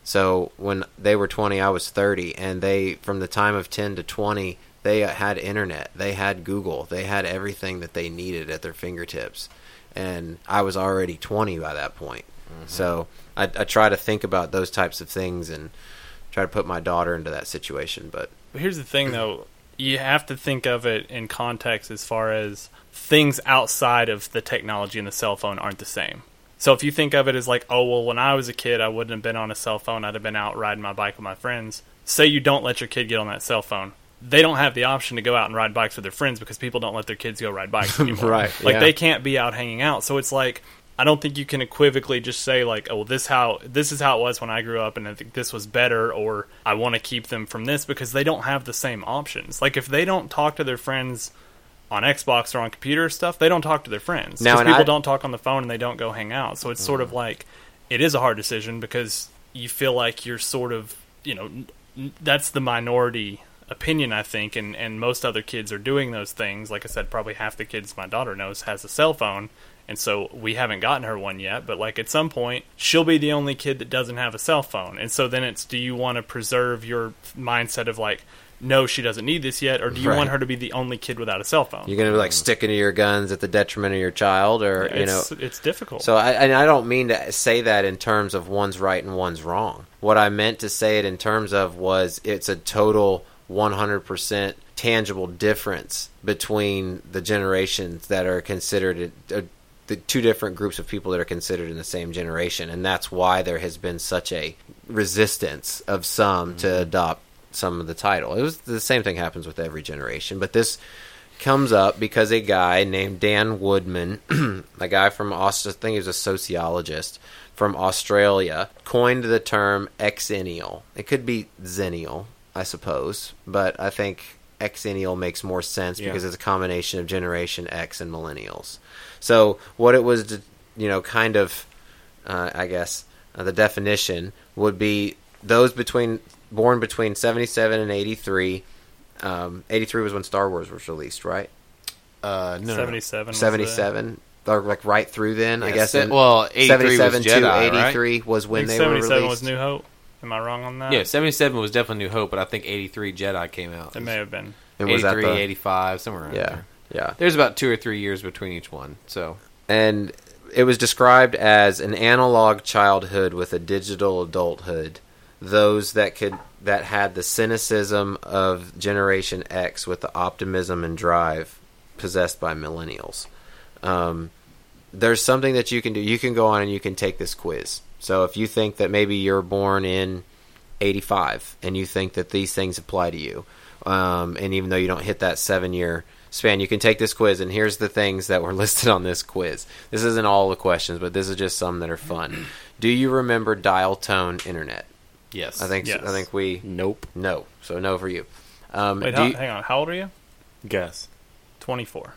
so when they were 20, I was 30, and they from the time of 10 to 20, they had internet, they had Google, they had everything that they needed at their fingertips, and I was already 20 by that point. So I, I try to think about those types of things and try to put my daughter into that situation, but
But here's the thing, though. you have to think of it in context as far as things outside of the technology and the cell phone aren't the same. So if you think of it as like, oh well, when I was a kid, I wouldn't have been on a cell phone. I'd have been out riding my bike with my friends. Say you don't let your kid get on that cell phone. They don't have the option to go out and ride bikes with their friends because people don't let their kids go ride bikes anymore.
Right,
Like
yeah.
they can't be out hanging out. So it's like I don't think you can equivocally just say like, oh, well, this how this is how it was when I grew up, and I think this was better, or I want to keep them from this because they don't have the same options. Like if they don't talk to their friends on Xbox or on computer stuff, they don't talk to their friends.
Now,
Because
and
people
I-
don't talk on the phone and they don't go hang out. So it's sort of like it is a hard decision because you feel like you're sort of you know n- n- that's the minority opinion I think, and and most other kids are doing those things. Like I said, probably half the kids my daughter knows has a cell phone. And so we haven't gotten her one yet, but like at some point, she'll be the only kid that doesn't have a cell phone. And so then it's do you want to preserve your mindset of like, no, she doesn't need this yet, or do you
Right.
want her to be the only kid without a cell phone?
You're gonna be like sticking to your guns at the detriment of your child, or you know,
it's, it's difficult.
So I, and I don't mean to say that in terms of one's right and one's wrong. What I meant to say it in terms of was it's a total 100% tangible difference between the generations that are considered uh, the two different groups of people that are considered in the same generation and that's why there has been such a resistance of some to adopt some of the title. It was the same thing happens with every generation, but this comes up because a guy named Dan Woodman, a guy from Austin, I think he was a sociologist from Australia, coined the term exennial. It could be zennial, I suppose, but I think exennial makes more sense
Yeah.
because it's a combination of Generation X and millennials. So what it was, to, you know, kind of, uh, I guess, uh, the definition would be those between born between 77 and 83 um, 83 was when Star Wars was released, right?
Uh, no, no, no.
77. was the-
77 or like right through then, I
Yeah,
guess.
se-
in-
well, 83 was
77
Jedi, right?
to 83 was
I
when
think
they were
77
released.
was New Hope. Am I wrong on that?
Yeah, 77 was definitely New Hope, but I think 83 Jedi came out.
It may have been.
And was that
83,
the-
85, somewhere around
yeah.
there.
Yeah.
There's about two or three years between each one, so
And it was described as an analog childhood with a digital adulthood. Those that could that had the cynicism of Generation X with the optimism and drive possessed by millennials. Um, there's something that you can do. You can go on and you can take this quiz. So if you think that maybe you're born in 85 and you think that these things apply to you, um, and even though you don't hit that seven year span, you can take this quiz. And here's the things that were listed on this quiz. This isn't all the questions, but this is just some that are fun. Do you remember dial tone internet?
yes.
I think
Yes.
I think we
Nope.
no. So no for you. Um,
Wait,
do
how,
you-
hang on. How old are you?
Guess.
24.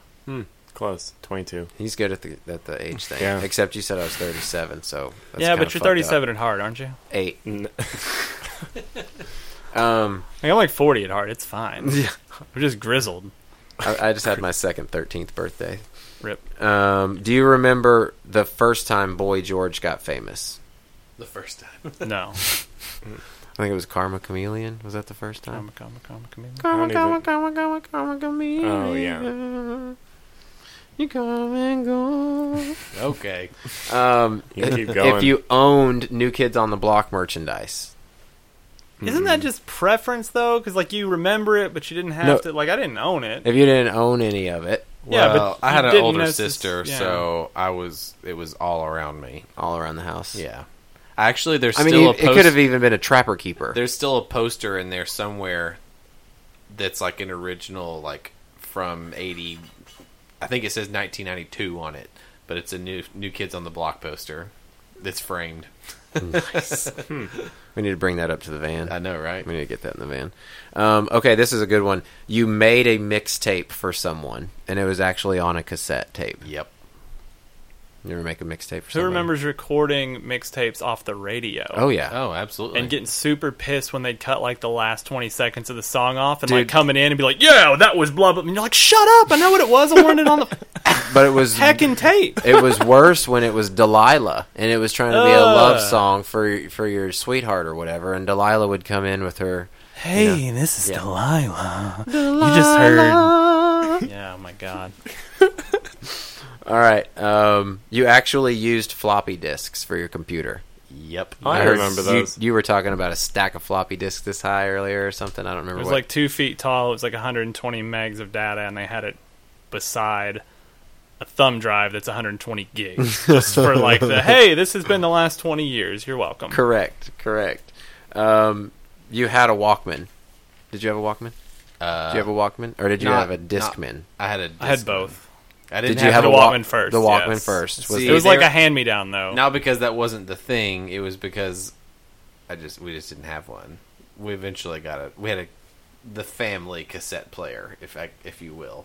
Close. 22.
he's good at the at the age thing.
Yeah.
Except you said I was 37, so that's
yeah,
kinda
but
fucked
you're
up.
37 at heart, aren't you?
Eight.
N-
Um,
Like, I'm like 40 at heart. It's fine. I'm just grizzled.
I, I just had my second 13th birthday.
Rip.
Um, do you remember the first time Boy George got famous?
the first time.
No.
I think it was Karma Chameleon. Was that the first
I'm
time?
a comic, comic, comic.
I
Karma,
don't
Karma,
even-
Karma, Karma, Karma Chameleon.
Oh,
You come and go.
okay.
Um,
You keep
If
going.
you owned New Kids on the Block merchandise, Hmm.
Isn't that just preference, though? Because, like, you remember it, but you didn't have
No.
to. Like, I didn't own it.
if you didn't own any of it,
Yeah, but
Well, I
you
had an
didn't
older
notice-
sister,
yeah.
so I was it was all around me.
all around the house.
Yeah. Actually, there's
I mean,
still
e-
a
it
post-
could have even been a trapper keeper.
there's still a poster in there somewhere that's like an original like from 80 I think it says 1992 on it, but it's a new new kids on the block poster that's framed.
We need to bring that up to the van.
I know, right?
We need to get that in the van. Um, okay, this is a good one. You made a mixtape for someone, and it was actually on a cassette tape.
Yep.
You ever make a mixtape for
Who
someone?
remembers recording mixtapes off the radio?
Oh, yeah.
Oh, absolutely.
and getting super pissed when they'd cut like the last 20 seconds of the song off and like
Dude.
coming in and be like, yeah, that was blah, blah. And you're like, shut up. I know what it was. I wanted it on the
But it was
heckin' tape.
it was worse when it was Delilah, and it was trying to be a love
Ugh.
song for for your sweetheart or whatever. And Delilah would come in with her.
Hey, this is Delilah. You just heard. yeah, oh my God.
All right, um, you actually used floppy disks for your computer.
Yep.
I
heard
remember
you-
those.
You, were talking about a stack of floppy disks this high earlier or something. I don't remember.
It was
what.
like two feet tall. It was like 120 megs of data, and they had it beside a thumb drive that's 120 gigs just for like the hey, this has been the last 20 years. You're welcome.
correct, correct. Um, you had a Walkman. Did you have a Walkman?
Uh,
Did you have a Walkman, or did you
not-
have a
not-
Discman?
I had a.
I had
disc-
both.
I didn't
Did you have
the
a Walk-
Walkman first,
The Walkman
yes.
first. Was
See,
It was
they
like
were-
a hand me down
Oh.
though.
Not because that wasn't the thing. It was because I just we just didn't have one. We eventually got a we had a the family cassette player, if I, if you will.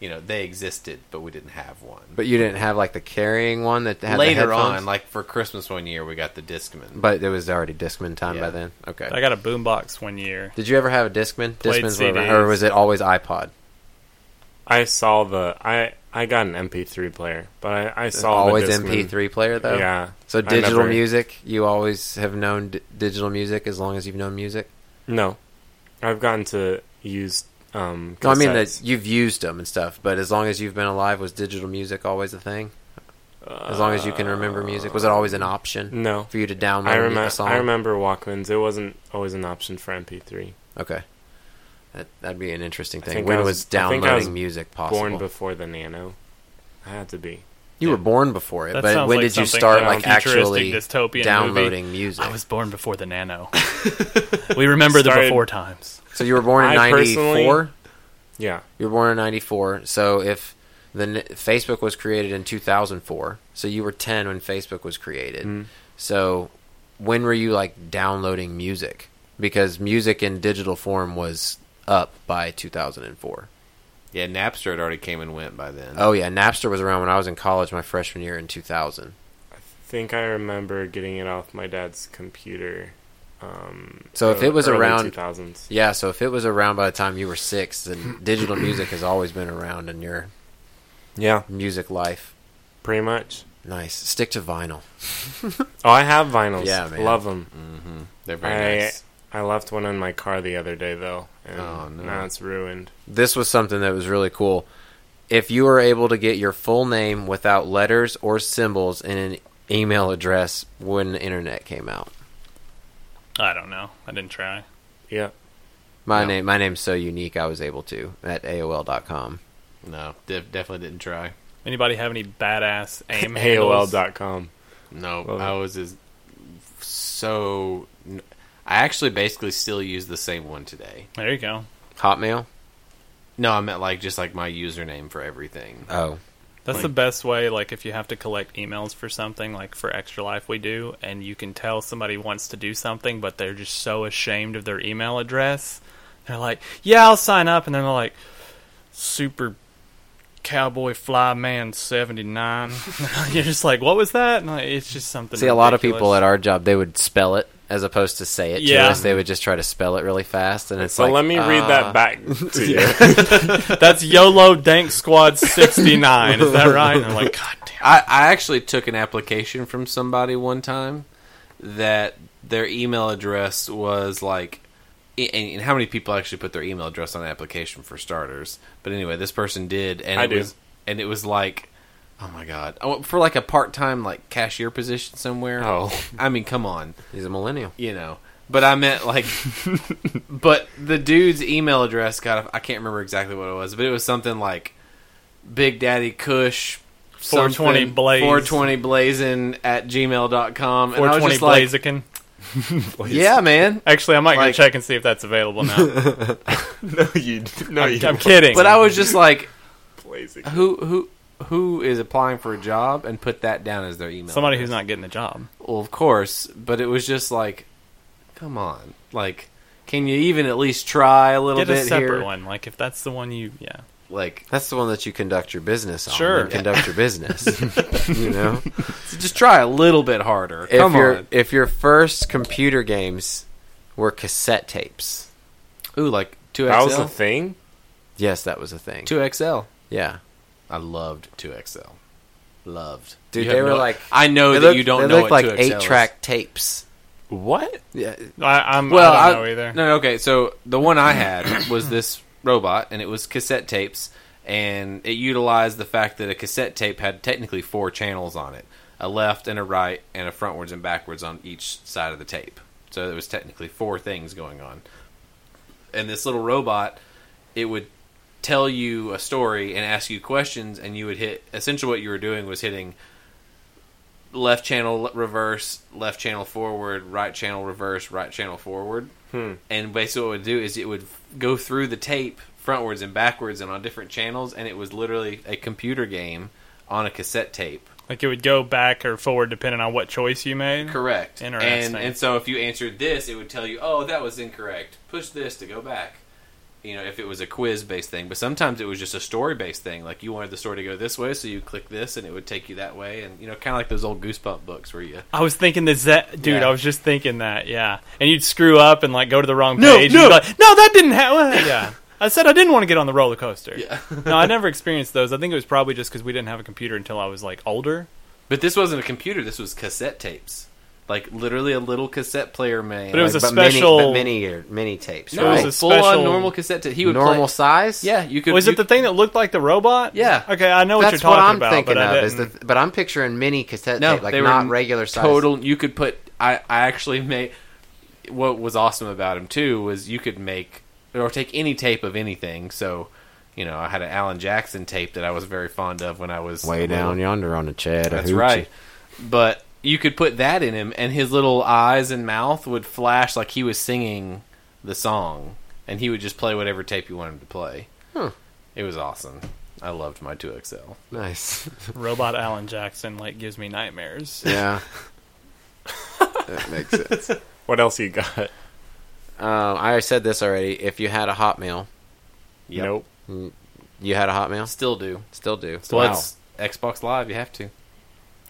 You know, they existed, but we didn't have one.
But you didn't have like the carrying one that had the
later
headphones?
on, like for Christmas one year, we got the Discman.
but it was already Discman time
Yeah.
by then. Okay.
I got a boombox one year.
Did you ever have a Discman?
Played
Discman's were,
CDs.
or was it always iPod?
I saw the I I got an MP3 player, but I, I saw
always
the Discman.
MP3 player though.
Yeah.
So
I
digital
never-
music, you always have known d- digital music as long as you've known music.
No, I've gotten to use. Um,
No, I mean that
cassettes.
you've used them and stuff, but as long as you've been alive, was digital music always a thing? As long as you can remember music, was it always an option
No,
for you to download
Mm. I
a
remember.
song?
I remember Walkmans. It wasn't always an option for MP3.
Okay, that, that'd be an interesting thing.
think
When
I
was,
was- I think
downloading
I was
music
Born
possible?
before the Nano, I had to be.
you were born before it,
That
but
sounds
when
like
did you
something
start
from a
like
futuristic
actually
dystopian movie.
downloading music?
I was born before the nano. we remember the
Started-
before times.
so you were born in
I personally-
'94.
Yeah,
You were born in '94, so if the n- Facebook was created in 2004, so you were 10 when Facebook was created.
Mm-hmm.
So when were you like downloading music? Because music in digital form was up by 2004.
Yeah, Napster had already came and went by then.
Oh yeah, Napster was around when I was in college my freshman year in 2000.
I think I remember getting it off my dad's computer. Um,
So if
ear-
it was
early
around-
2000s,
Yeah, so if it was around by the time you were 6, then digital music has always been around in your
yeah,
music life.
pretty much.
Nice. Stick to vinyl.
Oh, I have vinyls.
Yeah, man.
love them.
They're very
I
nice.
I left one in my car the other day though, and
Oh, no.
now it's ruined.
this was something that was really cool. If you were able to get your full name without letters or symbols in an email address when the internet came out.
I don't know. I didn't try.
Yeah,
My
No.
name my name's so unique I was able to at AOL.com.
No, de- definitely didn't try.
Anybody have any badass aim handles?
AOL.com.
No,
Well,
I was as so. I actually basically still use the same one today.
There you go.
Hotmail?
No, I meant like just like my username for everything.
Oh.
That's the best way. Like, if you have to collect emails for something, like for Extra Life, we do, and you can tell somebody wants to do something, but they're just so ashamed of their email address. They're like, "Yeah, I'll sign up," and then they're like, "Super Cowboy Fly Man seventy nine. You're just like, "What was that?" And like, it's just something.
See a lot of
ridiculous.
people at our job they would spell it as opposed to say it
Yeah.
to us. They would just try to spell it really fast and it's
So
like,
let me read
uh,
that back to you.
That's YOLO Dank Squad sixty nine. Is that right? And I'm like, "God damn."
I, I actually took an application from somebody one time that their email address was like and, and how many people actually put their email address on an application for starters but anyway this person did and
I
it
do.
was and it was like oh my god oh, for like a part-time like cashier position somewhere
Oh.
i mean come on
He's a millennial.
you know. But I meant like, but the dude's email address got I can't remember exactly what it was, but it was something like Big Daddy Cush.
420
something,
blaze.
420 blazing at gmail.com. And I was
420
just like,
Blaziken.
Yeah, man.
Actually, I might
Like-
go check and see if that's available now.
no, you. No,
I'm, I'm kidding.
but I was just like,
Blazing.
who, who, who is applying for a job and put that down as their email?
Somebody
address?
who's not getting a job.
Well, of course, but it was just like, come on. Like, can you even at least try a little
Get a
bit
separate
here?
one. Like if that's the one you, yeah.
Like,
That's the one that you conduct your business on.
Sure.
You conduct your business. you know?
just try a little bit harder.
if
Come
your
on.
if your first computer games were cassette tapes.
Ooh, like two XL.
That was a thing.
Yes, that was a thing.
two XL.
Yeah.
I loved two XL. Loved.
Dude,
You have
they were
no-
like-
I know
They
that
looked-
you don't
they
know
looked
what
like
2XL
eight
is.
track tapes.
What?
Yeah.
I, I'm.
Well,
I don't know either.
No, okay. So the one I had was this robot, and it was cassette tapes, and it utilized the fact that a cassette tape had technically four channels on it. a left and a right and a frontwards and backwards on each side of the tape. So there was technically four things going on. And this little robot, it would tell you a story and ask you questions, and you would hit. Essentially, what you were doing was hitting left channel reverse, left channel forward, right channel reverse, right channel forward. And basically, what it would do is it would go through the tape frontwards and backwards and on different channels, and it was literally a computer game on a cassette tape.
Like it would go back or forward depending on what choice you made.
Correct.
Interesting.
And, and so if you answered this, it would tell you, oh, that was incorrect. Push this to go back. You know, if it was a quiz based thing, but sometimes it was just a story based thing. Like you wanted the story to go this way, so you click this, and it would take you that way. And you know, kind of like those old Goosebump books where you
I was thinking the Z dude.
Yeah.
I was just thinking that, yeah. And you'd screw up and like go to the wrong
No,
page.
no.
and you'd be like, no, that didn't happen. yeah, I said I didn't want to get on the roller coaster.
Yeah.
no, I never experienced those. I think it was probably just because we didn't have a computer until I was like older.
But this wasn't a computer. This was cassette tapes. Like literally a little cassette player man.
But it was
like,
a special-
many, but many, year- many tapes.
no,
right?
it was a
full on
special-
normal cassette tape. He would
normal
Play,
size.
yeah, you could.
was
you,
it the thing that looked like the robot?
Yeah.
Okay, I know what you're
That's what
talking
I'm
about,
thinking
but I
of.
didn't.
Is the, but I'm picturing mini cassette
no?
tape, like
they
not
were
regular size.
Total. You could put. I I actually made. What was awesome about him too was you could make or take any tape of anything. So, you know, I had an Alan Jackson tape that I was very fond of when I was
way
little.
down yonder on a chat.
That's right. But you could put that in him, and his little eyes and mouth would flash like he was singing the song, and he would just play whatever tape you wanted him to play.
Huh.
It was awesome. I loved my 2XL.
Nice.
robot Alan Jackson like gives me nightmares.
Yeah. that makes sense.
What else you got?
Um, I said this already. If you had a Hotmail,
Yep.
Nope.
you had a Hotmail.
Still do.
Still do.
Well, it's Xbox Live. You have to.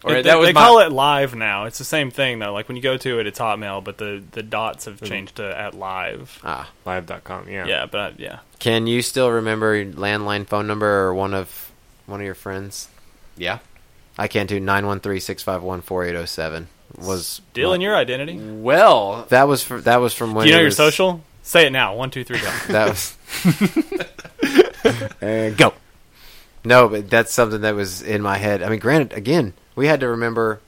Or
They-
that was
they
my-
call it live now. It's the same thing though. Like when you go to it, it's Hotmail, but the the dots have changed to at live.
Ah.
Live.com. Yeah.
Yeah, but I, yeah,
Can you still remember your landline phone number or one of one of your friends?
Yeah.
I can do nine one three six five one four eight zero seven. Was
dealing your identity.
Well,
that was for, that was from when
Do you know
it
your
was-
social? Say it now. One, two, three, go.
That was and go. No, but that's something that was in my head. I mean, granted, again, we had to remember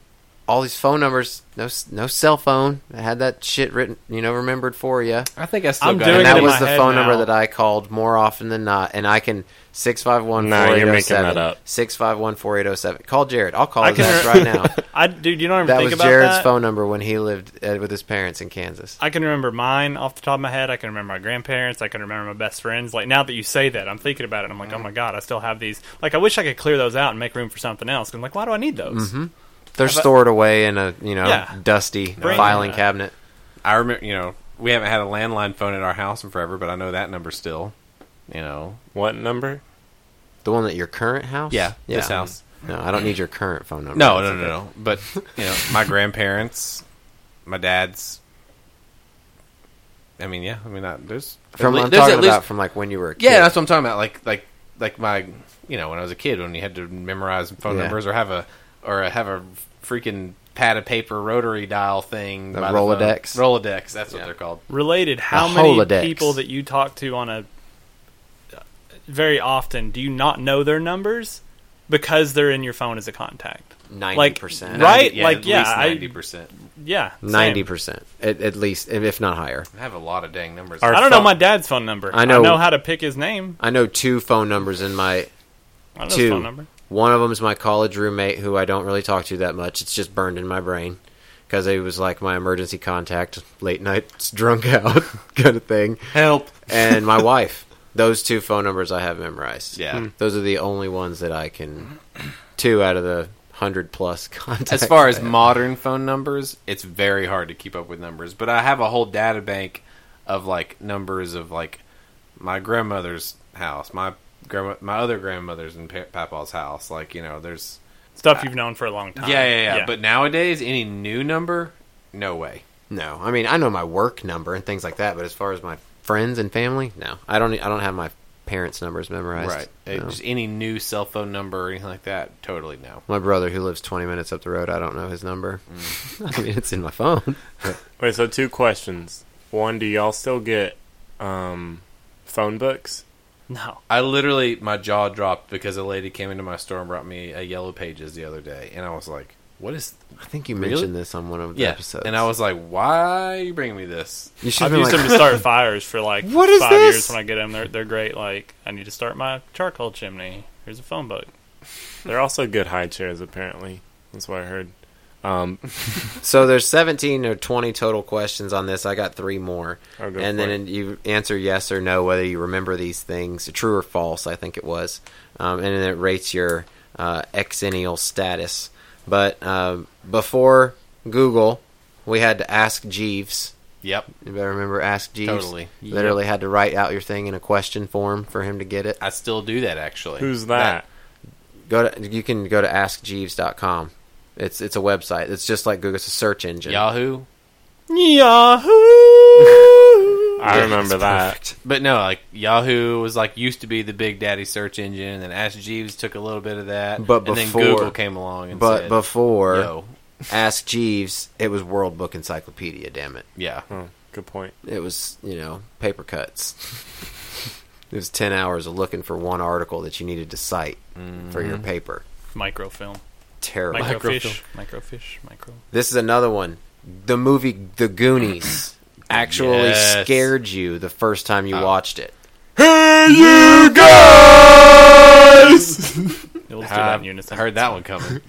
all these phone numbers. No, s- no cell phone. I had that shit written, you know, remembered for you.
I think I still
I'm
got
doing
it.
And that
in
was
my
the
head
phone
now.
number that I called more often than not. And I can six five one four
No,
eight
you're
zero
making that
seven
up.
six five one four eight zero seven. Call Jared. I'll call
I
his
can
ass right
re-
now.
I dude, you don't even
That
think
was
about
Jared's
that.
phone number when he lived uh, with his parents in Kansas.
I can remember mine off the top of my head. I can remember my grandparents. I can remember my best friends. Like now that you say that, I'm thinking about it. and I'm like, oh my god, I still have these. Like I wish I could clear those out and make room for something else. I'm like, why do I need those?
Mm-hmm. They're stored away in a you know
Yeah.
dusty
Bring
filing
that.
cabinet.
I remember, you know, we haven't had a landline phone at our house in forever, but I know that number still. You know,
What number?
The one at your current house?
Yeah, this house.
No, I don't need your current phone number.
No,
That's
no, no, no. But you know, my grandparents, my dad's. I mean, yeah. I mean, I, there's
From
at
I'm
le- there's
talking
at least-
about from like when you were a kid.
yeah, that's what I'm talking about. Like, like, like my, you know, when I was a kid, when you had to memorize phone
Yeah.
numbers or have a or have a freaking pad of paper rotary dial thing.
The
by phone.
Rolodex.
Rolodex. That's what
Yeah.
they're called.
Related, how
The
many
Holodex.
people that you talk to on a very often do you not know their numbers because they're in your phone as a contact?
ninety
Like,
percent,
right- like,
at
yeah,
least
I-
ninety percent.
Yeah, same.
ninety percent at, at least, if- if not higher.
I have a lot of dang numbers.
Our-
I don't know
phone.
my dad's phone number.
I know-
I know how to pick his name.
I know two phone numbers in my
I know
two.
his phone number.
One of them is my college roommate, who I don't really talk to that much. It's just burned in my brain because he was like my emergency contact, late night drunk out kind of thing.
Help.
And my wife. Those two phone numbers I have memorized.
Yeah. Hmm.
those are the only ones that I can. Two out of the hundred plus contacts.
as far
I
as
have.
modern phone numbers, it's very hard to keep up with numbers. But I have a whole data bank of like numbers of like my grandmother's house, my grandma, my other grandmother's and pa- papa's house. Like you know, there's
Stuff you've known for a long time.
yeah, yeah, Uh, yeah, But nowadays, any new number, no way.
No, I mean I know my work number and things like that, but as far as my friends and family, no, I don't. e, I don't have my parents' numbers memorized.
Right? It-
No.
Just any new cell phone number or anything like that, totally no.
My brother, who lives twenty minutes up the road, I don't know his number. I mean, it's in my phone.
Wait, so two questions. One, do y'all still get um, phone books?
No.
I literally my jaw dropped because a lady came into my store and brought me a yellow pages the other day, and I was like, What is?
I think you
Really?
mentioned this on one of the
Yeah,
episodes.
and I was like, "Why are you bringing me this?"
you should have
I've
been
used
like,
them to start fires for like
What is
five
this?
years when I get them. They're they're great. Like I need to start my charcoal chimney. Here's a phone book.
They're also good high chairs, apparently. That's what I heard. Um,
So there's 17 or 20 total questions on this. I got three more.
Oh, go
and
for
then you answer yes or no whether you remember these things, true or false, I think it was. Um, and then it rates your uh, exennial status. But um before Google, we had to ask Jeeves.
Yep,
You better remember Ask Jeeves.
Totally.
Literally had to write out your thing in a question form for him to get it.
I still do that actually.
who's that?
Go to you can go to askjeeves.com. It's it's a website. It's just like Google. It's a search engine.
Yahoo.
Yahoo!
I remember that.
But no, like Yahoo was like used to be the big daddy search engine, and then Ask Jeeves took a little bit of that,
But
and then
before-
Google came along and
But
said,
before
"Yo,
Ask Jeeves, it was World Book Encyclopedia. Damn it,
yeah,
Oh, good point.
it was you know paper cuts. it was ten hours of looking for one article that you needed to cite for
Mm-hmm.
your paper.
Microfilm,
Terrible.
microfish, microfish, micro.
This is another one. The movie The Goonies actually
Yes. Uh,
scared you the first time you watched it.
It was do that
I
in unison.
heard that one coming."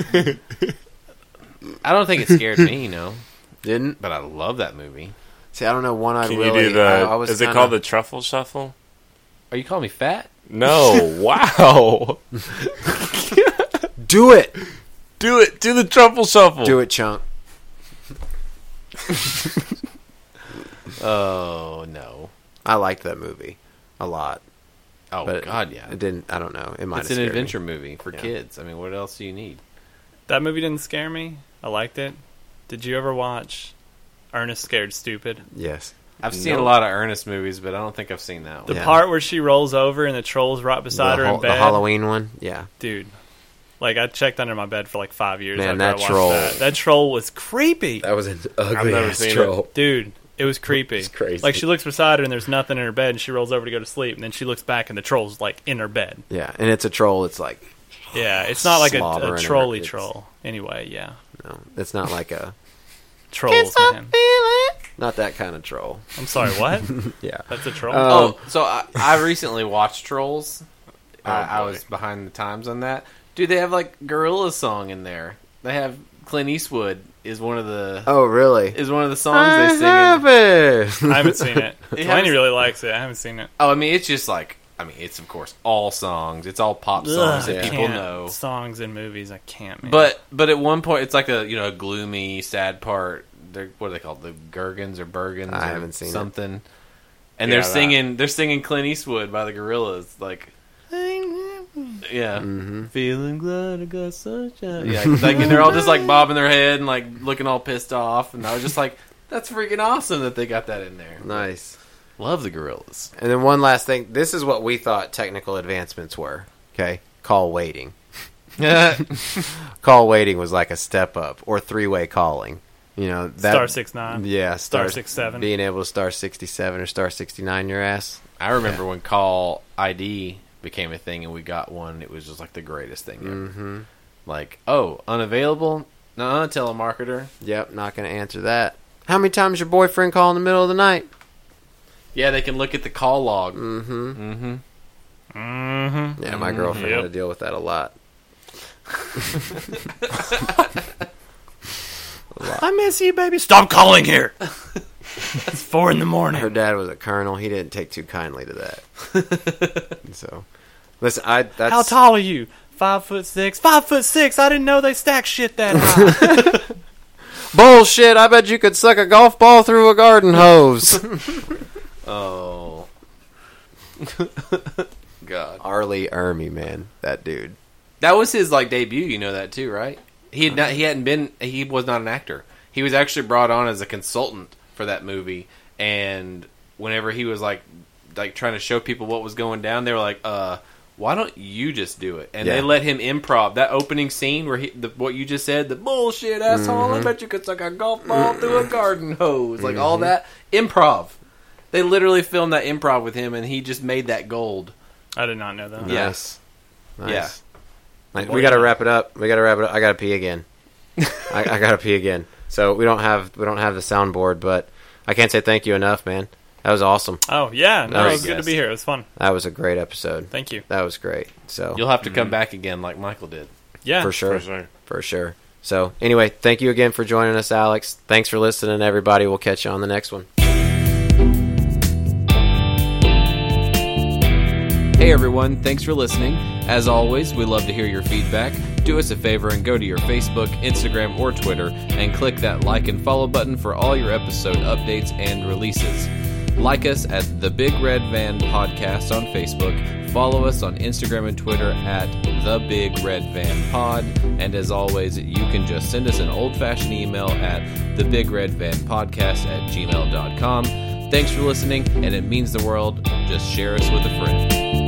I don't think it scared me, you know,
Didn't
but I love that movie.
see? I don't know. One eyed
Can
Willie.
you do the?
I, I was
is it
kinda-
called the truffle shuffle?
Are you calling me fat?
No. wow.
Do it.
Do it. Do the truffle shuffle.
Do it, chunk.
Oh no!
I liked that movie a lot.
Oh
But it-
god, yeah.
It didn't. I don't know. It might.
It's
have
an
scared me.
adventure movie for
Yeah.
kids. I mean, what else do you need?
That movie didn't scare me. I liked it. Did you ever watch Ernest Scared Stupid?
Yes.
I've seen a lot of Ernest movies, but I don't think I've seen that
The
one.
Yeah.
part where she rolls over and the troll's right beside
the,
her
hol-
in
the
bed.
Halloween one. Yeah.
Dude. Like I checked under my bed for like five years.
Man,
after
that
I watched
troll-
That. that troll was creepy.
That was an ugly
never
ass
seen it.
troll.
Dude, it was creepy.
It's crazy.
Like she looks beside her and there's nothing in her bed and she rolls over to go to sleep and then she looks back and the troll's like in her bed.
Yeah, and it's a troll. It's like
Yeah, it's not like a,
Slobbering
a
her.
trolley
It's-
troll. Anyway, yeah.
no, it's not like a
Trolls, man.
not that kind of troll.
I'm sorry, what?
Yeah.
That's a troll?
Uh,
oh, so I, I recently watched Trolls.
Oh,
I, I
boy.
was behind the times on that. Dude, they have like Gorilla song in there. They have Clint Eastwood is one of the
Oh, really?
is one of the
I
songs they
have
sing. in-
it.
I haven't seen it.
It
Delaney
has-
really likes it. I haven't seen it.
Oh, I mean, it's just like I mean, it's of course all songs. It's all pop songs
Ugh,
that
I
people
can't.
know.
Songs and movies, I can't. Man.
But but at one point, it's like a you know a gloomy, sad part. They're what are they called? The Gergens or Bergens?
I
or
haven't seen it.
something. And
Yeah,
they're
that.
singing. They're singing Clint Eastwood by the Gorillas. Like, yeah, feeling glad I got sunshine. Yeah, like, and they're all just like bobbing their head and like looking all pissed off. And I was just like, that's freaking awesome that they got that in there.
nice.
Love the Gorillas.
And then one last thing. This is what we thought technical advancements were. Okay, call waiting. call waiting was like a step up or three way calling. You know that
Star Six Nine.
Yeah,
Star six seven.
Being able to star sixty seven or star sixty nine your ass.
I remember when call ID became a thing and we got one. It was just like the greatest thing ever.
Mm. Mm-hmm.
Like, oh, unavailable? Nah, telemarketer.
Yep, not going to answer that. How many times your boyfriend call in the middle of the night?
Yeah, they can look at the call log.
Mm-hmm.
Mm-hmm.
Mm-hmm.
Yeah, my girlfriend
Yep.
had to deal with that a lot.
I miss you, baby. Stop calling here. it's four in the
Her
morning.
dad was a colonel. He didn't take too kindly to that. so, listen, I that's
How tall are you? Five foot six. Five foot six. I didn't know they stack shit that high.
bullshit. I bet you could suck a golf ball through a garden hose.
Oh. God.
Arlie Ermy, man, that dude.
That was his like debut, you know that too, right?
Mm-hmm.
He had not he hadn't been he was not an actor. He was actually brought on as a consultant for that movie and whenever he was like like trying to show people what was going down, they were like, "Uh, why don't you just do it?" And they
Yeah.
let him improv that opening scene where he the, what you just said, the bullshit asshole,
Mm-hmm.
I bet you could suck a golf ball through a garden hose, like all that improv. They literally filmed that improv with him and he just made that gold.
I did not know that.
Yeah.
Nice. Nice.
Yeah.
Nice. We got to wrap it up. We got to wrap it up. I got to pee again. I, I gotta pee again. So we don't have we don't have the soundboard, but I can't say thank you enough, man. That was awesome.
Oh yeah, no,
Nice.
it was good to be here. It was fun.
That was a great episode.
Thank you.
That was great. So
You'll have to come back again, like Michael did.
Yeah,
for sure,
For sure.
for sure. So anyway, thank you again for joining us, Alex. Thanks for listening, everybody. We'll catch you on the next one.
Hey everyone, thanks for listening. As always, we love to hear your feedback. Do us a favor and go to your Facebook, Instagram, or Twitter and click that like and follow button for all your episode updates and releases. Like us at the Big Red Van Podcast on Facebook. Follow us on Instagram and Twitter at the Big Red Van Pod. And as always, you can just send us an old fashioned email at the Big Red Van Podcast at gmail.com. Thanks for listening, and it means the world. Just share us with a friend.